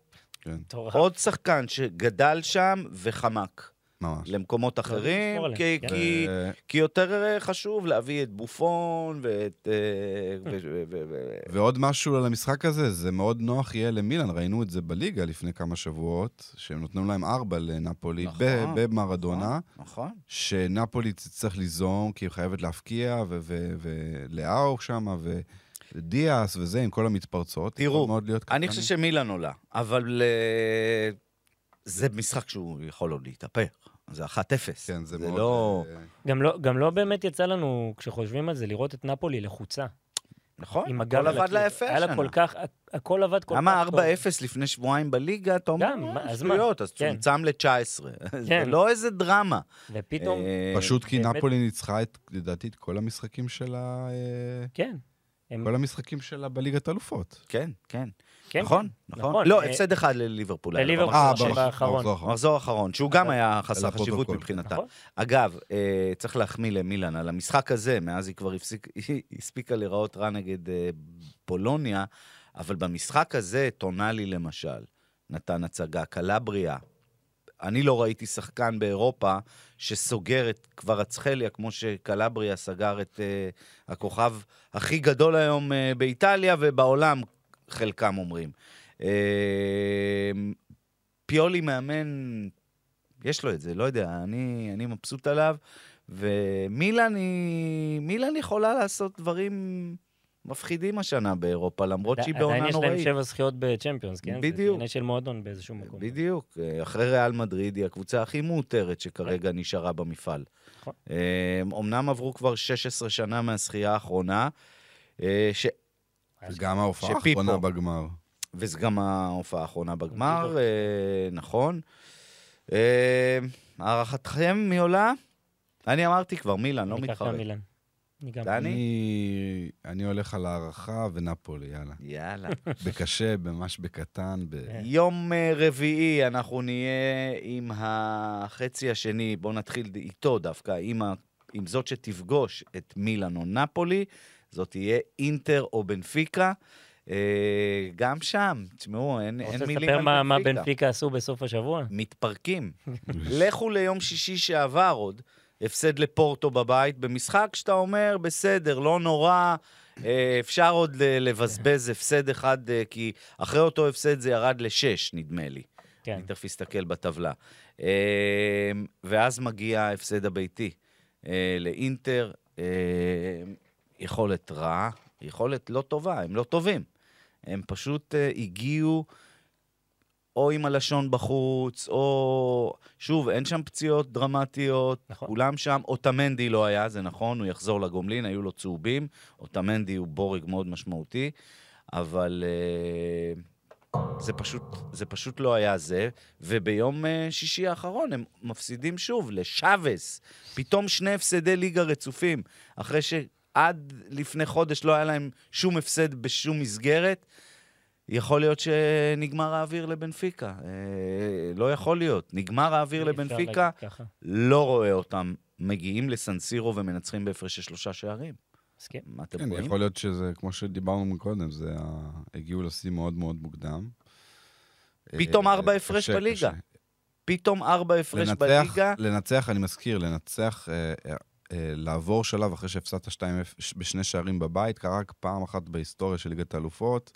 Speaker 3: מטורף.
Speaker 2: עוד שחקן שגדל שם וחמק
Speaker 4: ממש.
Speaker 2: למקומות אחרים,
Speaker 3: לשמור עליהם,
Speaker 2: כי,
Speaker 3: כן.
Speaker 2: כי,
Speaker 4: ו-
Speaker 2: כי יותר אה, חשוב להביא את בופון ואת... אה,
Speaker 3: כן.
Speaker 2: ו- ו- ו- ו-
Speaker 4: ועוד משהו על המשחק הזה, זה מאוד נוח יהיה למילן, ראינו את זה בליגה לפני כמה שבועות, שהם נותנים להם ארבע לנפולי
Speaker 2: נכון,
Speaker 4: ב- במרדונה,
Speaker 2: נכון.
Speaker 4: שנפולי תצטרך ליזום כי היא חייבת להפקיע, ולאהו שמה, ו... דיאס וזה, עם כל המתפרצות.
Speaker 2: תראו,
Speaker 4: יכול מאוד להיות
Speaker 2: אני
Speaker 4: קטלני.
Speaker 2: חושב שמילאן עולה, אבל אה, זה משחק שהוא יכול עוד להתהפך. זה 1-0.
Speaker 4: כן,
Speaker 2: זה
Speaker 4: זה, מאוד...
Speaker 2: לא-
Speaker 4: אה,
Speaker 3: גם לא, גם לא באמת יצא לנו, כשחושבים על זה, לראות את נפולי לחוצה.
Speaker 2: נכון?
Speaker 3: עם הגב
Speaker 2: הכל
Speaker 3: על
Speaker 2: עבד
Speaker 3: הקיר.
Speaker 2: לה יפה
Speaker 3: היה לה כל
Speaker 2: השנה.
Speaker 3: כך, הכל עבד כל כך
Speaker 2: למה 4-0
Speaker 3: טוב.
Speaker 2: לפני שבועיים בליגה, אתה אומר,
Speaker 3: גם, מה,
Speaker 2: "אה,
Speaker 3: אז מה?"
Speaker 2: שטויות, אז
Speaker 3: כן.
Speaker 2: צומצם ל-19. זה
Speaker 3: כן.
Speaker 2: לא איזה דרמה.
Speaker 3: ופתאום,
Speaker 2: אה,
Speaker 4: פשוט כי
Speaker 3: באמת-
Speaker 4: נפולי ניצחה, את, לדעתי, את כל המשחקים שלה... אה,
Speaker 3: כן. הם-
Speaker 4: כל המשחקים שלה בליגת אלופות.
Speaker 2: כן, כן.
Speaker 3: כן, אה,
Speaker 2: נכון, נכון. לא, הפסד אחד לליברפול. היה נכון. לה במחזור
Speaker 3: לליברפול. אה,
Speaker 2: השני.
Speaker 3: במחזור. האחרון.
Speaker 4: האחרון.
Speaker 2: במחזור האחרון, שהוא גם היה חסר
Speaker 4: לפרוטוקול.
Speaker 2: חשיבות מבחינתה.
Speaker 3: נכון.
Speaker 2: אגב, אה, צריך להחמיא למילן על המשחק הזה, מאז היא כבר הפסיק, היא הספיקה להיראות רע נגד אה, פולוניה, אבל במשחק הזה, טונאלי למשל, נתן הצגה, קלבריה. אני לא ראיתי שחקן באירופה שסוגר את כבר אצחליה, כמו שקלבריה סגר את אה, הכוכב הכי גדול היום אה, באיטליה ובעולם, חלקם אומרים. אה, פיולי מאמן, יש לו את זה, לא יודע, אני, אני מבסוט עליו, ומילן היא, מילן יכולה לעשות דברים מפחידים השנה באירופה, למרות שהיא בעונה
Speaker 3: עדיין יש להם
Speaker 2: נוראית.
Speaker 3: שבע זכיות בצ'מפיונס, כן?
Speaker 2: בדיוק.
Speaker 3: זה DNA של מועדון באיזשהו מקום.
Speaker 2: בדיוק. אה, אחרי ריאל מדריד היא הקבוצה הכי מאותרת שכרגע נשארה במפעל.
Speaker 3: כן. נכון.
Speaker 2: אה, אמנם עברו כבר 16 שנה מהזכייה האחרונה, אה, ש...
Speaker 4: גם ההופעה
Speaker 2: שפיפו.
Speaker 4: האחרונה בגמר.
Speaker 2: וזו גם ההופעה האחרונה בגמר,
Speaker 3: בדיוק.
Speaker 2: אה, נכון. אה, הערכתכם מי עולה? אני אמרתי כבר, מילן, לא
Speaker 3: אני אקח גם
Speaker 2: מתחרט.
Speaker 3: מילן. אני גם.
Speaker 2: דני?
Speaker 4: אני, אני הולך על הערכה ונפולי, יאללה.
Speaker 2: יאללה.
Speaker 4: בקשה, ממש בקטן, ב...
Speaker 3: כן.
Speaker 2: יום אה, רביעי אנחנו נהיה עם החצי השני, בואו נתחיל איתו דווקא, עם, ה... עם זאת שתפגוש את מילאן או נפולי, זאת תהיה אינטר או בנפיקה. אה, גם שם, תשמעו, אין,
Speaker 3: רוצה
Speaker 2: אין מילים
Speaker 3: לספר
Speaker 2: על
Speaker 3: מה- מה
Speaker 2: בנפיקה.
Speaker 3: בנפיקה עשו בסוף השבוע?
Speaker 2: מתפרקים. לכו ליום שישי שעבר עוד, הפסד לפורטו בבית, במשחק שאתה אומר, בסדר, לא נורא, אה, אפשר עוד אה, לבזבז הפסד אחד, אה, כי אחרי אותו הפסד זה ירד לשש, נדמה לי.
Speaker 3: כן.
Speaker 2: אני תכף אסתכל בטבלה. אה, ואז מגיע ההפסד הביתי אה, לאינטר, אה, יכולת רעה, יכולת לא טובה, הם לא טובים. הם פשוט אה, הגיעו או עם הלשון בחוץ, או... שוב, אין שם פציעות דרמטיות,
Speaker 3: נכון.
Speaker 2: כולם שם. אוטמנדי לא היה, זה נכון, הוא יחזור לגומלין, היו לו צהובים. אוטמנדי הוא בורג מאוד משמעותי, אבל... אה, זה פשוט, זה פשוט לא היה זה, וביום אה, שישי האחרון הם מפסידים שוב לשאבס. פתאום שני הפסדי ליגה רצופים, אחרי שעד לפני חודש לא היה להם שום הפסד בשום מסגרת. יכול להיות שנגמר האוויר לבנפיקה. אה, לא יכול להיות. נגמר האוויר
Speaker 3: אי אפשר
Speaker 2: לבנפיקה,
Speaker 3: להגיד ככה.
Speaker 2: לא רואה אותם מגיעים לסנסירו ומנצחים בהפרש של שלושה שערים.
Speaker 3: מסכים.
Speaker 2: מה אתם
Speaker 4: כן,
Speaker 2: רואים?
Speaker 4: יכול להיות שזה, כמו שדיברנו מקודם, זה ה... הגיעו לשיא מאוד מאוד מוקדם.
Speaker 2: פתאום
Speaker 4: אה,
Speaker 2: ארבע
Speaker 4: קשה,
Speaker 2: הפרש
Speaker 4: קשה.
Speaker 2: בליגה. פתאום ארבע הפרש
Speaker 4: לנצח-
Speaker 2: בליגה.
Speaker 4: לנצח, אני מזכיר, לנצח, אה, אה, אה, לעבור שלב אחרי שהפסדת 2-0 בשני שערים בבית, קרה רק פעם אחת בהיסטוריה של ליגת האלופות.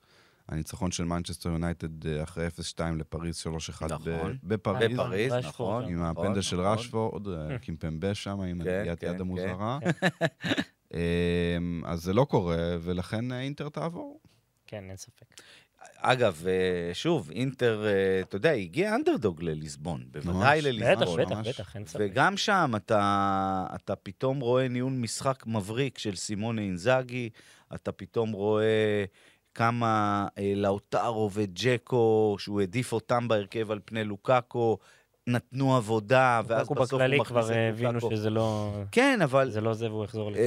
Speaker 4: הניצחון של מנצ'סטר יונייטד אה, אחרי 0-2 לפריז, 3-1 ב-
Speaker 2: נכון.
Speaker 4: בפריז.
Speaker 2: בפריז,
Speaker 3: רשפורד, כן.
Speaker 2: נכון.
Speaker 4: עם
Speaker 2: נכון,
Speaker 4: הפנדל של
Speaker 2: נכון.
Speaker 4: רשפורד, אה, קימפמבה שם, עם
Speaker 2: כן,
Speaker 4: הנגיעת
Speaker 2: כן,
Speaker 4: יד
Speaker 2: כן.
Speaker 4: המוזרה. אמ, אז זה לא קורה, ולכן אה, אינטר תעבור.
Speaker 3: כן, אין ספק.
Speaker 2: אגב, אה, שוב, אינטר, אה, אתה יודע, הגיע אנדרדוג לליסבון, בוודאי
Speaker 4: ממש.
Speaker 3: בטח,
Speaker 2: לליסבון.
Speaker 3: בטח,
Speaker 4: ממש.
Speaker 3: בטח, אין ספק.
Speaker 2: וגם שם אתה, אתה פתאום רואה ניהול משחק מבריק של סימון אינזאגי, אתה פתאום רואה כמה אה, לאוטרו וג'קו, שהוא העדיף אותם בהרכב על פני לוקאקו, נתנו עבודה, ואז
Speaker 3: קוקו
Speaker 2: בסוף הוא
Speaker 3: בכללי
Speaker 2: מכניס
Speaker 3: כבר אה,
Speaker 2: את
Speaker 3: הבינו
Speaker 2: לוקאקו.
Speaker 3: שזה לא...
Speaker 2: כן, אבל
Speaker 3: זה לא זה והוא יחזור לזה.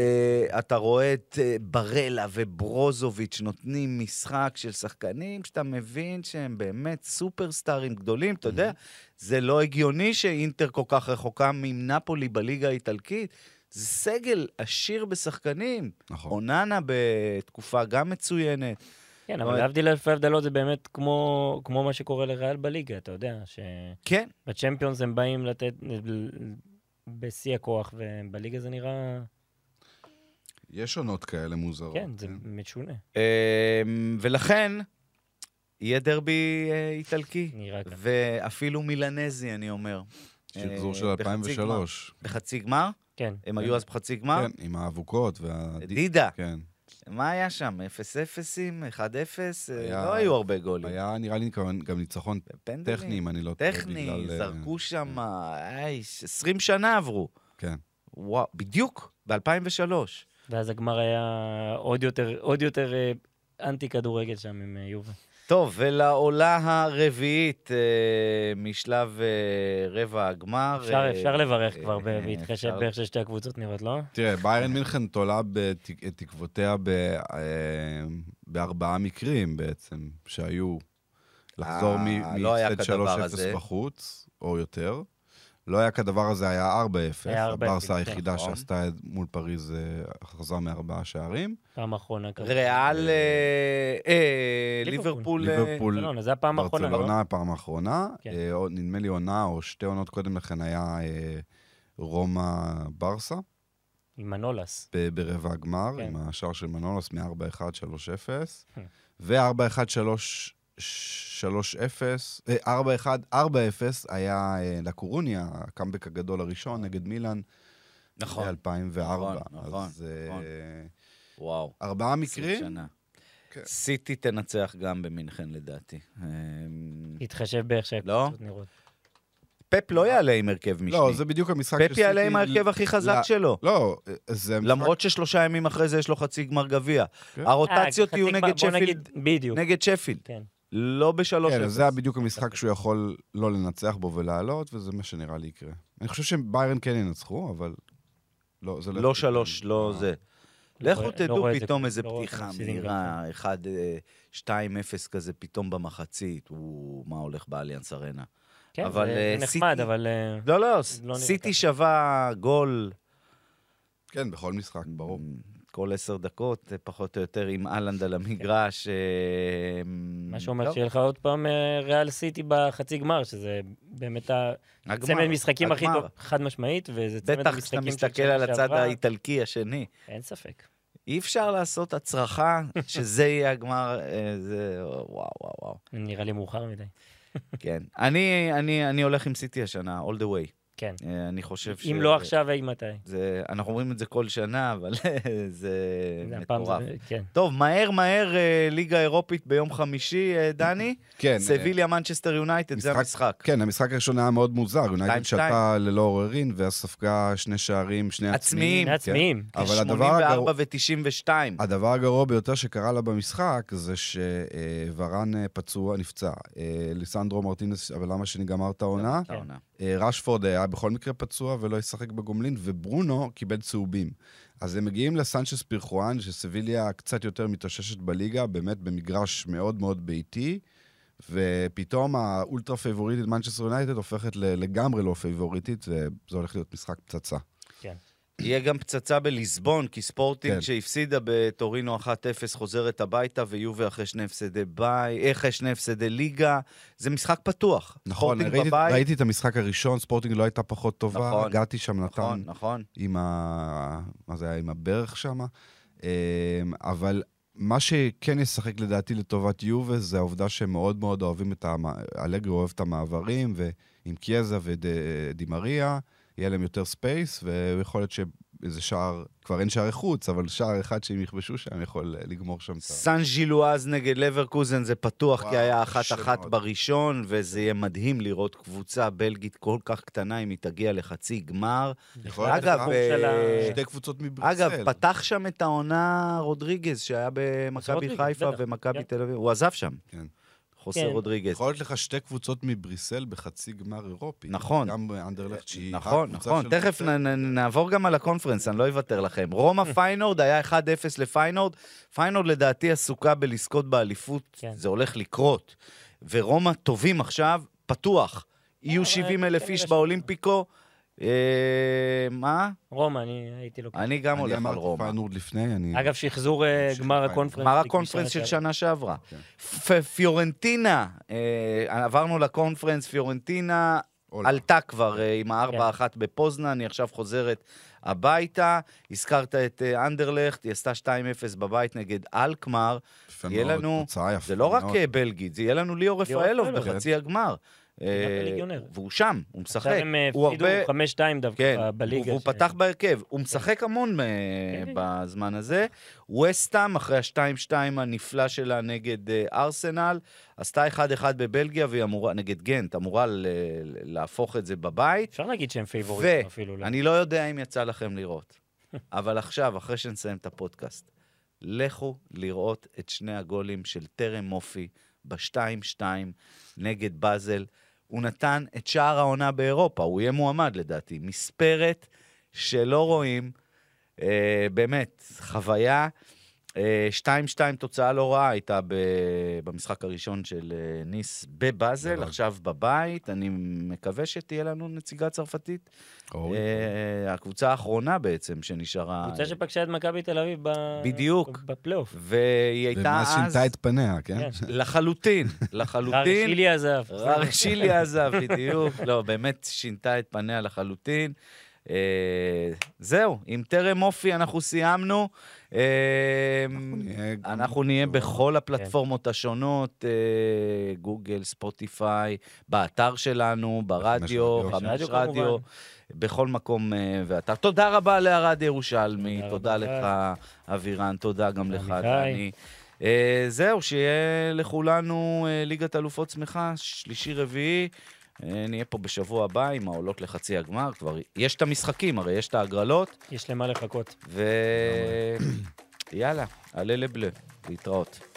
Speaker 2: אה, אתה רואה את אה, ברלה וברוזוביץ' נותנים משחק של שחקנים שאתה מבין שהם באמת סופרסטארים גדולים, אתה יודע, זה לא הגיוני שאינטר כל כך רחוקה מנפולי בליגה האיטלקית. זה סגל עשיר בשחקנים.
Speaker 4: נכון.
Speaker 2: אוננה בתקופה גם מצוינת.
Speaker 3: כן,
Speaker 2: אבל-
Speaker 3: אבל להבדיל אלפי הבדלות זה באמת כמו כמו מה שקורה לריאל בליגה, אתה יודע, שבצ'מפיונס
Speaker 2: כן,
Speaker 3: הם באים לתת בשיא הכוח, ובליגה זה נראה...
Speaker 4: יש עונות כאלה מוזרות.
Speaker 3: כן, זה משונה.
Speaker 2: אמ, ולכן יהיה דרבי אה, איטלקי,
Speaker 3: נראה ככה.
Speaker 2: ואפילו מילנזי, אני אומר.
Speaker 4: שחזור כן. של
Speaker 2: אה, בחצי גמר.
Speaker 4: 2003.
Speaker 2: בחצי גמר?
Speaker 3: כן.
Speaker 2: הם היו אז בחצי גמר?
Speaker 4: כן, עם האבוקות וה...
Speaker 2: דידה.
Speaker 4: כן.
Speaker 2: מה היה שם? 0-0, 1-0?
Speaker 4: היה-
Speaker 2: לא היו הרבה גולים.
Speaker 4: היה נראה לי גם- גם ניצחון
Speaker 2: פנדלים.
Speaker 4: טכני, אם אני לא טועה.
Speaker 2: טכני,
Speaker 4: בגלל, אה,
Speaker 2: זרקו שם, אייש, 20 שנה עברו.
Speaker 4: כן.
Speaker 2: וואו, בדיוק, ב-2003.
Speaker 3: ואז הגמר היה עוד יותר, עוד יותר אה, אנטי כדורגל שם עם אה, יובל.
Speaker 2: טוב, ולעולה הרביעית אה, משלב אה, רבע הגמר.
Speaker 3: אפשר,
Speaker 2: אה,
Speaker 3: אפשר לברך כבר, ב-
Speaker 2: אה,
Speaker 3: בהתחשב
Speaker 2: אפשר-
Speaker 3: באיך ששתי הקבוצות נראות, לא?
Speaker 4: תראה, ביירן מינכן תולה בת- את תקוותיה ב- אה, בארבעה מקרים בעצם, שהיו לחזור
Speaker 2: אה,
Speaker 4: מ-
Speaker 2: לא היה
Speaker 4: מהפסד
Speaker 2: כדבר הזה.
Speaker 4: 3-0 בחוץ, או יותר. לא היה כדבר הזה, היה 4-0.
Speaker 3: היה 4-0,
Speaker 4: הברסה
Speaker 3: כן.
Speaker 4: היחידה
Speaker 2: נכון.
Speaker 4: שעשתה את- מול פריז אה, הכרזה מארבעה שערים.
Speaker 3: פעם אחרונה כזה.
Speaker 2: ריאל, אה, אה,
Speaker 3: ליברפול.
Speaker 2: ליברפול. אה,
Speaker 4: ליברפול,
Speaker 3: ברצלונה, זה הפעם האחרונה, לא?
Speaker 4: ברצלונה הפעם האחרונה.
Speaker 3: כן.
Speaker 4: אה, עוד- נדמה לי עונה או שתי עונות קודם לכן היה אה, רומא ברסה.
Speaker 3: עם מנולס.
Speaker 4: ב- ברבע הגמר,
Speaker 3: כן.
Speaker 4: עם השער של מנולס מ-4-1, 3-0,
Speaker 3: Hmm.
Speaker 2: כן.
Speaker 4: ו-4-1, 3-0, אה, 4-1, 4-0 היה אה, לקורוניה, הקאמבק הגדול הראשון נגד מילאן,
Speaker 2: נכון.
Speaker 4: ב-2004.
Speaker 2: נכון, נכון,
Speaker 4: אז אה,
Speaker 2: נכון. וואו.
Speaker 4: ארבעה
Speaker 2: 20
Speaker 4: מקרים,
Speaker 2: שנה.
Speaker 4: כן.
Speaker 2: סיטי תנצח גם במינכן לדעתי. אה,
Speaker 3: התחשב באיך שהקבוצות
Speaker 2: לא?
Speaker 3: נראות.
Speaker 2: פפ לא יעלה עם הרכב משני.
Speaker 4: לא, זה בדיוק המשחק
Speaker 2: פפ יעלה עם
Speaker 4: סיטי-
Speaker 2: ההרכב הכי חזק
Speaker 4: לא,
Speaker 2: שלו.
Speaker 4: לא, אה, זה המשחק-
Speaker 2: למרות ששלושה ימים אחרי זה יש לו חצי גמר גביע.
Speaker 4: כן.
Speaker 2: הרוטציות
Speaker 3: אה,
Speaker 2: יהיו
Speaker 3: חצי גמר,
Speaker 2: נגד
Speaker 3: בוא נגיד,
Speaker 2: שפילד,
Speaker 3: בדיוק,
Speaker 2: נגד שפילד,
Speaker 3: כן.
Speaker 2: לא בשלוש
Speaker 4: כן,
Speaker 2: אפס. אוקיי.
Speaker 4: זה היה בדיוק המשחק שהוא יכול לא לנצח בו ולעלות, וזה מה שנראה לי יקרה. אני חושב שביירן כן ינצחו, אבל לא, זה לא...
Speaker 2: לא
Speaker 4: יקרה.
Speaker 2: שלוש, לא זה.
Speaker 3: לא
Speaker 2: לכו
Speaker 3: רואה- לא
Speaker 2: תדעו
Speaker 3: רואה את זה
Speaker 2: פתאום
Speaker 3: קורה,
Speaker 2: איזה
Speaker 3: לא רואה
Speaker 2: פתיחה
Speaker 3: אותם מפסידים
Speaker 2: מהירה, 1-2-0 כזה פתאום במחצית, הוא מה הולך באליאנס ארנה.
Speaker 3: כן,
Speaker 2: אבל,
Speaker 3: זה
Speaker 2: אה,
Speaker 3: נחמד,
Speaker 2: סיטי-
Speaker 3: אבל... אה,
Speaker 2: לא, לא,
Speaker 3: נראה
Speaker 2: סיטי
Speaker 3: ככה.
Speaker 2: שווה גול אה,
Speaker 4: כן, בכל משחק, ברור.
Speaker 2: כל עשר דקות, אה, פחות או יותר, עם אהלנד על המגרש. אה,
Speaker 3: מה שאומר
Speaker 2: טוב,
Speaker 3: שיהיה לך עוד פעם אה, ריאל סיטי בחצי גמר, שזה באמת
Speaker 2: הגמר,
Speaker 3: הצמד משחקים הכי
Speaker 2: הגמר.
Speaker 3: טוב, חד משמעית, וזה צמד
Speaker 2: בטח
Speaker 3: המשחקים
Speaker 2: כשאתה
Speaker 3: של
Speaker 2: מסתכל
Speaker 3: שנה
Speaker 2: על הצד
Speaker 3: שעברה,
Speaker 2: האיטלקי השני.
Speaker 3: אין ספק.
Speaker 2: אי אפשר לעשות הצרחה שזה יהיה הגמר, אה, זה... וואו, וואו, וואו.
Speaker 3: נראה לי מאוחר מדי.
Speaker 2: כן. אני, אני, אני הולך עם סיטי השנה, all the way.
Speaker 3: כן.
Speaker 2: אה, אני חושב ש... אה,
Speaker 3: אם לא עכשיו, אי מתי.
Speaker 2: זה, אנחנו אומרים את זה כל שנה, אבל זה
Speaker 3: זה הפעם זה-
Speaker 2: מטורף.
Speaker 3: כן.
Speaker 2: טוב, מהר מהר אה, ליגה אירופית ביום חמישי, אה, דני.
Speaker 4: כן. אה,
Speaker 2: סביליה, מנצ'סטר יונייטד, זה
Speaker 4: משחק-
Speaker 2: המשחק.
Speaker 4: כן, המשחק הראשון היה מאוד מוזר, יונייטד
Speaker 2: שתיים.
Speaker 4: שתה ללא עוררין, ואז ספגה שני שערים, שני
Speaker 2: עצמיים.
Speaker 4: עצמיים.
Speaker 3: שני עצמיים.
Speaker 2: אה,
Speaker 4: כן. אבל הדבר
Speaker 2: 84
Speaker 4: הגרוע-
Speaker 2: ו-92.
Speaker 4: הדבר הגרוע ביותר שקרה לה במשחק זה שוורן פצוע, נפצע. אה, ליסנדרו מרטינס, הבלם השני גמר את
Speaker 2: לא,
Speaker 4: העונה.
Speaker 2: כן.
Speaker 4: אה, רשפורד היה בכל מקרה פצוע ולא ישחק בגומלין, וברונו קיבל צהובים. אז הם מגיעים לסנצ'ס פירחואן, שסביליה קצת יותר מתאוששת בליגה, באמת במגרש מאוד מאוד ביתי, ופתאום האולטרה פייבוריטית מנצ'סטר יונייטד הופכת ל- לגמרי לא פייבוריטית, וזה הולך להיות משחק פצצה.
Speaker 2: יהיה גם פצצה בליסבון, כי ספורטינג
Speaker 4: כן.
Speaker 2: שהפסידה בטורינו 1-0 חוזרת הביתה, ויובה אחרי שני הפסדי ביי, אחרי שני הפסדי ליגה. זה משחק פתוח.
Speaker 4: נכון,
Speaker 2: ספורטינג
Speaker 4: ראיתי,
Speaker 2: בבית,
Speaker 4: ראיתי את המשחק הראשון, ספורטינג לא הייתה פחות טובה,
Speaker 2: נכון.
Speaker 4: הגעתי שם נתן
Speaker 2: נכון, נכון.
Speaker 4: עם ה... מה זה היה? עם הברך שם. אבל מה שכן ישחק לדעתי לטובת יובה זה העובדה שהם מאוד מאוד אוהבים את המ... אלגרי אוהב את המעברים, ועם קיאזה ודימריה, יהיה להם יותר ספייס, ויכול להיות שאיזה שער, כבר אין שערי חוץ, אבל שער אחד שהם יכבשו שם יכול אה, לגמור שם את ה...
Speaker 2: סן ז'ילואז נגד לברקוזן זה פתוח,
Speaker 4: וואו,
Speaker 2: כי היה
Speaker 4: קשה
Speaker 2: אחת-אחת
Speaker 4: מאוד.
Speaker 2: בראשון, וזה יהיה מדהים לראות קבוצה בלגית כל כך קטנה, אם היא תגיע לחצי גמר.
Speaker 4: יכול להיות
Speaker 2: נכון. אגב,
Speaker 4: אחד
Speaker 3: כן. של ה-
Speaker 2: אה,
Speaker 4: שתי קבוצות מברסל.
Speaker 2: אגב, פתח שם את העונה רודריגז, שהיה במכבי
Speaker 3: רודריגז,
Speaker 2: חיפה
Speaker 3: בטח,
Speaker 2: ומכבי
Speaker 3: כן.
Speaker 2: תל אביב, הוא עזב שם.
Speaker 4: כן.
Speaker 2: חוסר
Speaker 3: כן.
Speaker 2: רודריגז.
Speaker 4: יכול להיות לך שתי קבוצות מבריסל בחצי גמר אירופי.
Speaker 2: נכון.
Speaker 4: גם אנדרלכט שהיא...
Speaker 2: נכון,
Speaker 4: הקבוצה
Speaker 2: נכון,
Speaker 4: של
Speaker 2: תכף
Speaker 4: ברסל.
Speaker 2: נ- נ- נעבור גם על הקונפרנס, אני לא אוותר לכם. רומא פיינורד היה 1-0 לפיינורד, פיינורד לדעתי עסוקה בלזכות באליפות,
Speaker 3: כן.
Speaker 2: זה הולך לקרות. ורומא טובים עכשיו, פתוח. יהיו
Speaker 3: אבל
Speaker 4: אה, כן,
Speaker 2: 70 אלף
Speaker 3: כנראה
Speaker 2: איש
Speaker 3: ש-
Speaker 2: באולימפיקו. אה, מה?
Speaker 3: רומא, אני הייתי לוקח.
Speaker 2: אני גם הולך על
Speaker 4: אני אמרתי
Speaker 2: רומא.
Speaker 4: פיינורד לפני, אני...
Speaker 3: אגב, שחזור אה,
Speaker 4: של
Speaker 3: גמר
Speaker 4: פיינל.
Speaker 3: הקונפרנס.
Speaker 2: גמר
Speaker 3: ליג
Speaker 2: הקונפרנס
Speaker 3: משנה
Speaker 2: של
Speaker 3: שעברה.
Speaker 2: שנה שעברה.
Speaker 4: כן.
Speaker 2: פ- פיורנטינה, אה, עברנו לקונפרנס, פיורנטינה
Speaker 4: עולה.
Speaker 2: עלתה כבר אה, עם
Speaker 3: כן.
Speaker 2: הארבע אחת בפוזנן, היא עכשיו חוזרת הביתה. הזכרת את אה, אנדרלכט, היא עשתה 2-0 בבית נגד אלקמר.
Speaker 4: יפה
Speaker 2: יהיה
Speaker 4: מאוד,
Speaker 2: לנו-
Speaker 4: תוצאה יפה
Speaker 2: זה לא רק
Speaker 4: מאוד.
Speaker 2: אה, בלגית, זה יהיה לנו ליאור
Speaker 3: ליאור
Speaker 2: רפאלוב
Speaker 3: רפאלוב.
Speaker 2: בחצי הגמר. אה,
Speaker 3: הליגיונר.
Speaker 2: והוא שם, הוא משחק.
Speaker 3: עכשיו הם אה,
Speaker 2: הוא
Speaker 3: הפסידו
Speaker 2: הרבה-
Speaker 3: 5-2 דווקא
Speaker 2: כן,
Speaker 3: ב- בליגה.
Speaker 2: והוא
Speaker 3: ש-
Speaker 2: פתח בהרכב, הוא משחק המון אה,
Speaker 3: כן.
Speaker 2: בזמן הזה. וסטאם, אחרי ה-2-2 הנפלא שלה נגד אה, ארסנל, עשתה 1-1 בבלגיה, והיא אמורה, נגד גנט, אמורה ל- להפוך את זה בבית.
Speaker 3: אפשר להגיד שהם פייבוריטים
Speaker 2: ו-
Speaker 3: אפילו. לא?
Speaker 2: אני לא יודע אם יצא לכם לראות, אבל עכשיו, אחרי שנסיים את הפודקאסט, לכו לראות את שני הגולים של טרם מופי ב-2-2 נגד באזל. הוא נתן את שער העונה באירופה, הוא יהיה מועמד לדעתי. מספרת שלא רואים, אה, באמת, חוויה. אה, 2-2 תוצאה לא רעה הייתה ב... במשחק הראשון של אה, ניס
Speaker 3: נכון.
Speaker 2: בבאזל,
Speaker 4: בבאזל.
Speaker 2: עכשיו בבית. אני מקווה שתהיה לנו נציגה צרפתית
Speaker 4: אוי.
Speaker 2: אה, הקבוצה האחרונה בעצם שנשארה.
Speaker 3: קבוצה שפגשה את מכבי תל אביב ב-
Speaker 2: אה, בדיוק.
Speaker 3: בפלייאוף.
Speaker 2: והיא הייתה
Speaker 4: ומאז
Speaker 2: אז...
Speaker 4: שינתה את פניה, כן?
Speaker 3: כן.
Speaker 2: לחלוטין,
Speaker 3: חרי
Speaker 2: לחלוטין.
Speaker 3: שילי עזב.
Speaker 2: רק שילי עזב, בדיוק. לא, באמת שינתה את פניה לחלוטין. אה, זהו, עם טרם אופי אנחנו סיימנו. אה,
Speaker 4: נהיה-
Speaker 2: אנחנו נהיה
Speaker 3: כן.
Speaker 2: בכל הפלטפורמות השונות, אה, גוגל, ספוטיפיי, באתר שלנו, ברדיו,
Speaker 4: רדיו.
Speaker 2: חמש
Speaker 3: רדיו,
Speaker 2: רדיו,
Speaker 3: כמובן.
Speaker 2: בכל מקום אה, ואתר. תודה רבה לארד ירושלמי,
Speaker 3: תודה
Speaker 2: תודה
Speaker 3: רבה
Speaker 2: לך, אבירן, תודה גם
Speaker 3: תודה,
Speaker 2: לך,
Speaker 3: מיכאי.
Speaker 2: דני. אה, זהו, שיהיה לכולנו אה, ליגת אלופות שמחה, שלישי-רביעי. אה, נהיה פה בשבוע הבא עם העולות לחצי הגמר, כבר יש את המשחקים, הרי יש את ההגרלות,
Speaker 3: יש למה לחכות.
Speaker 2: ויאללה, עלה לבלה, להתראות.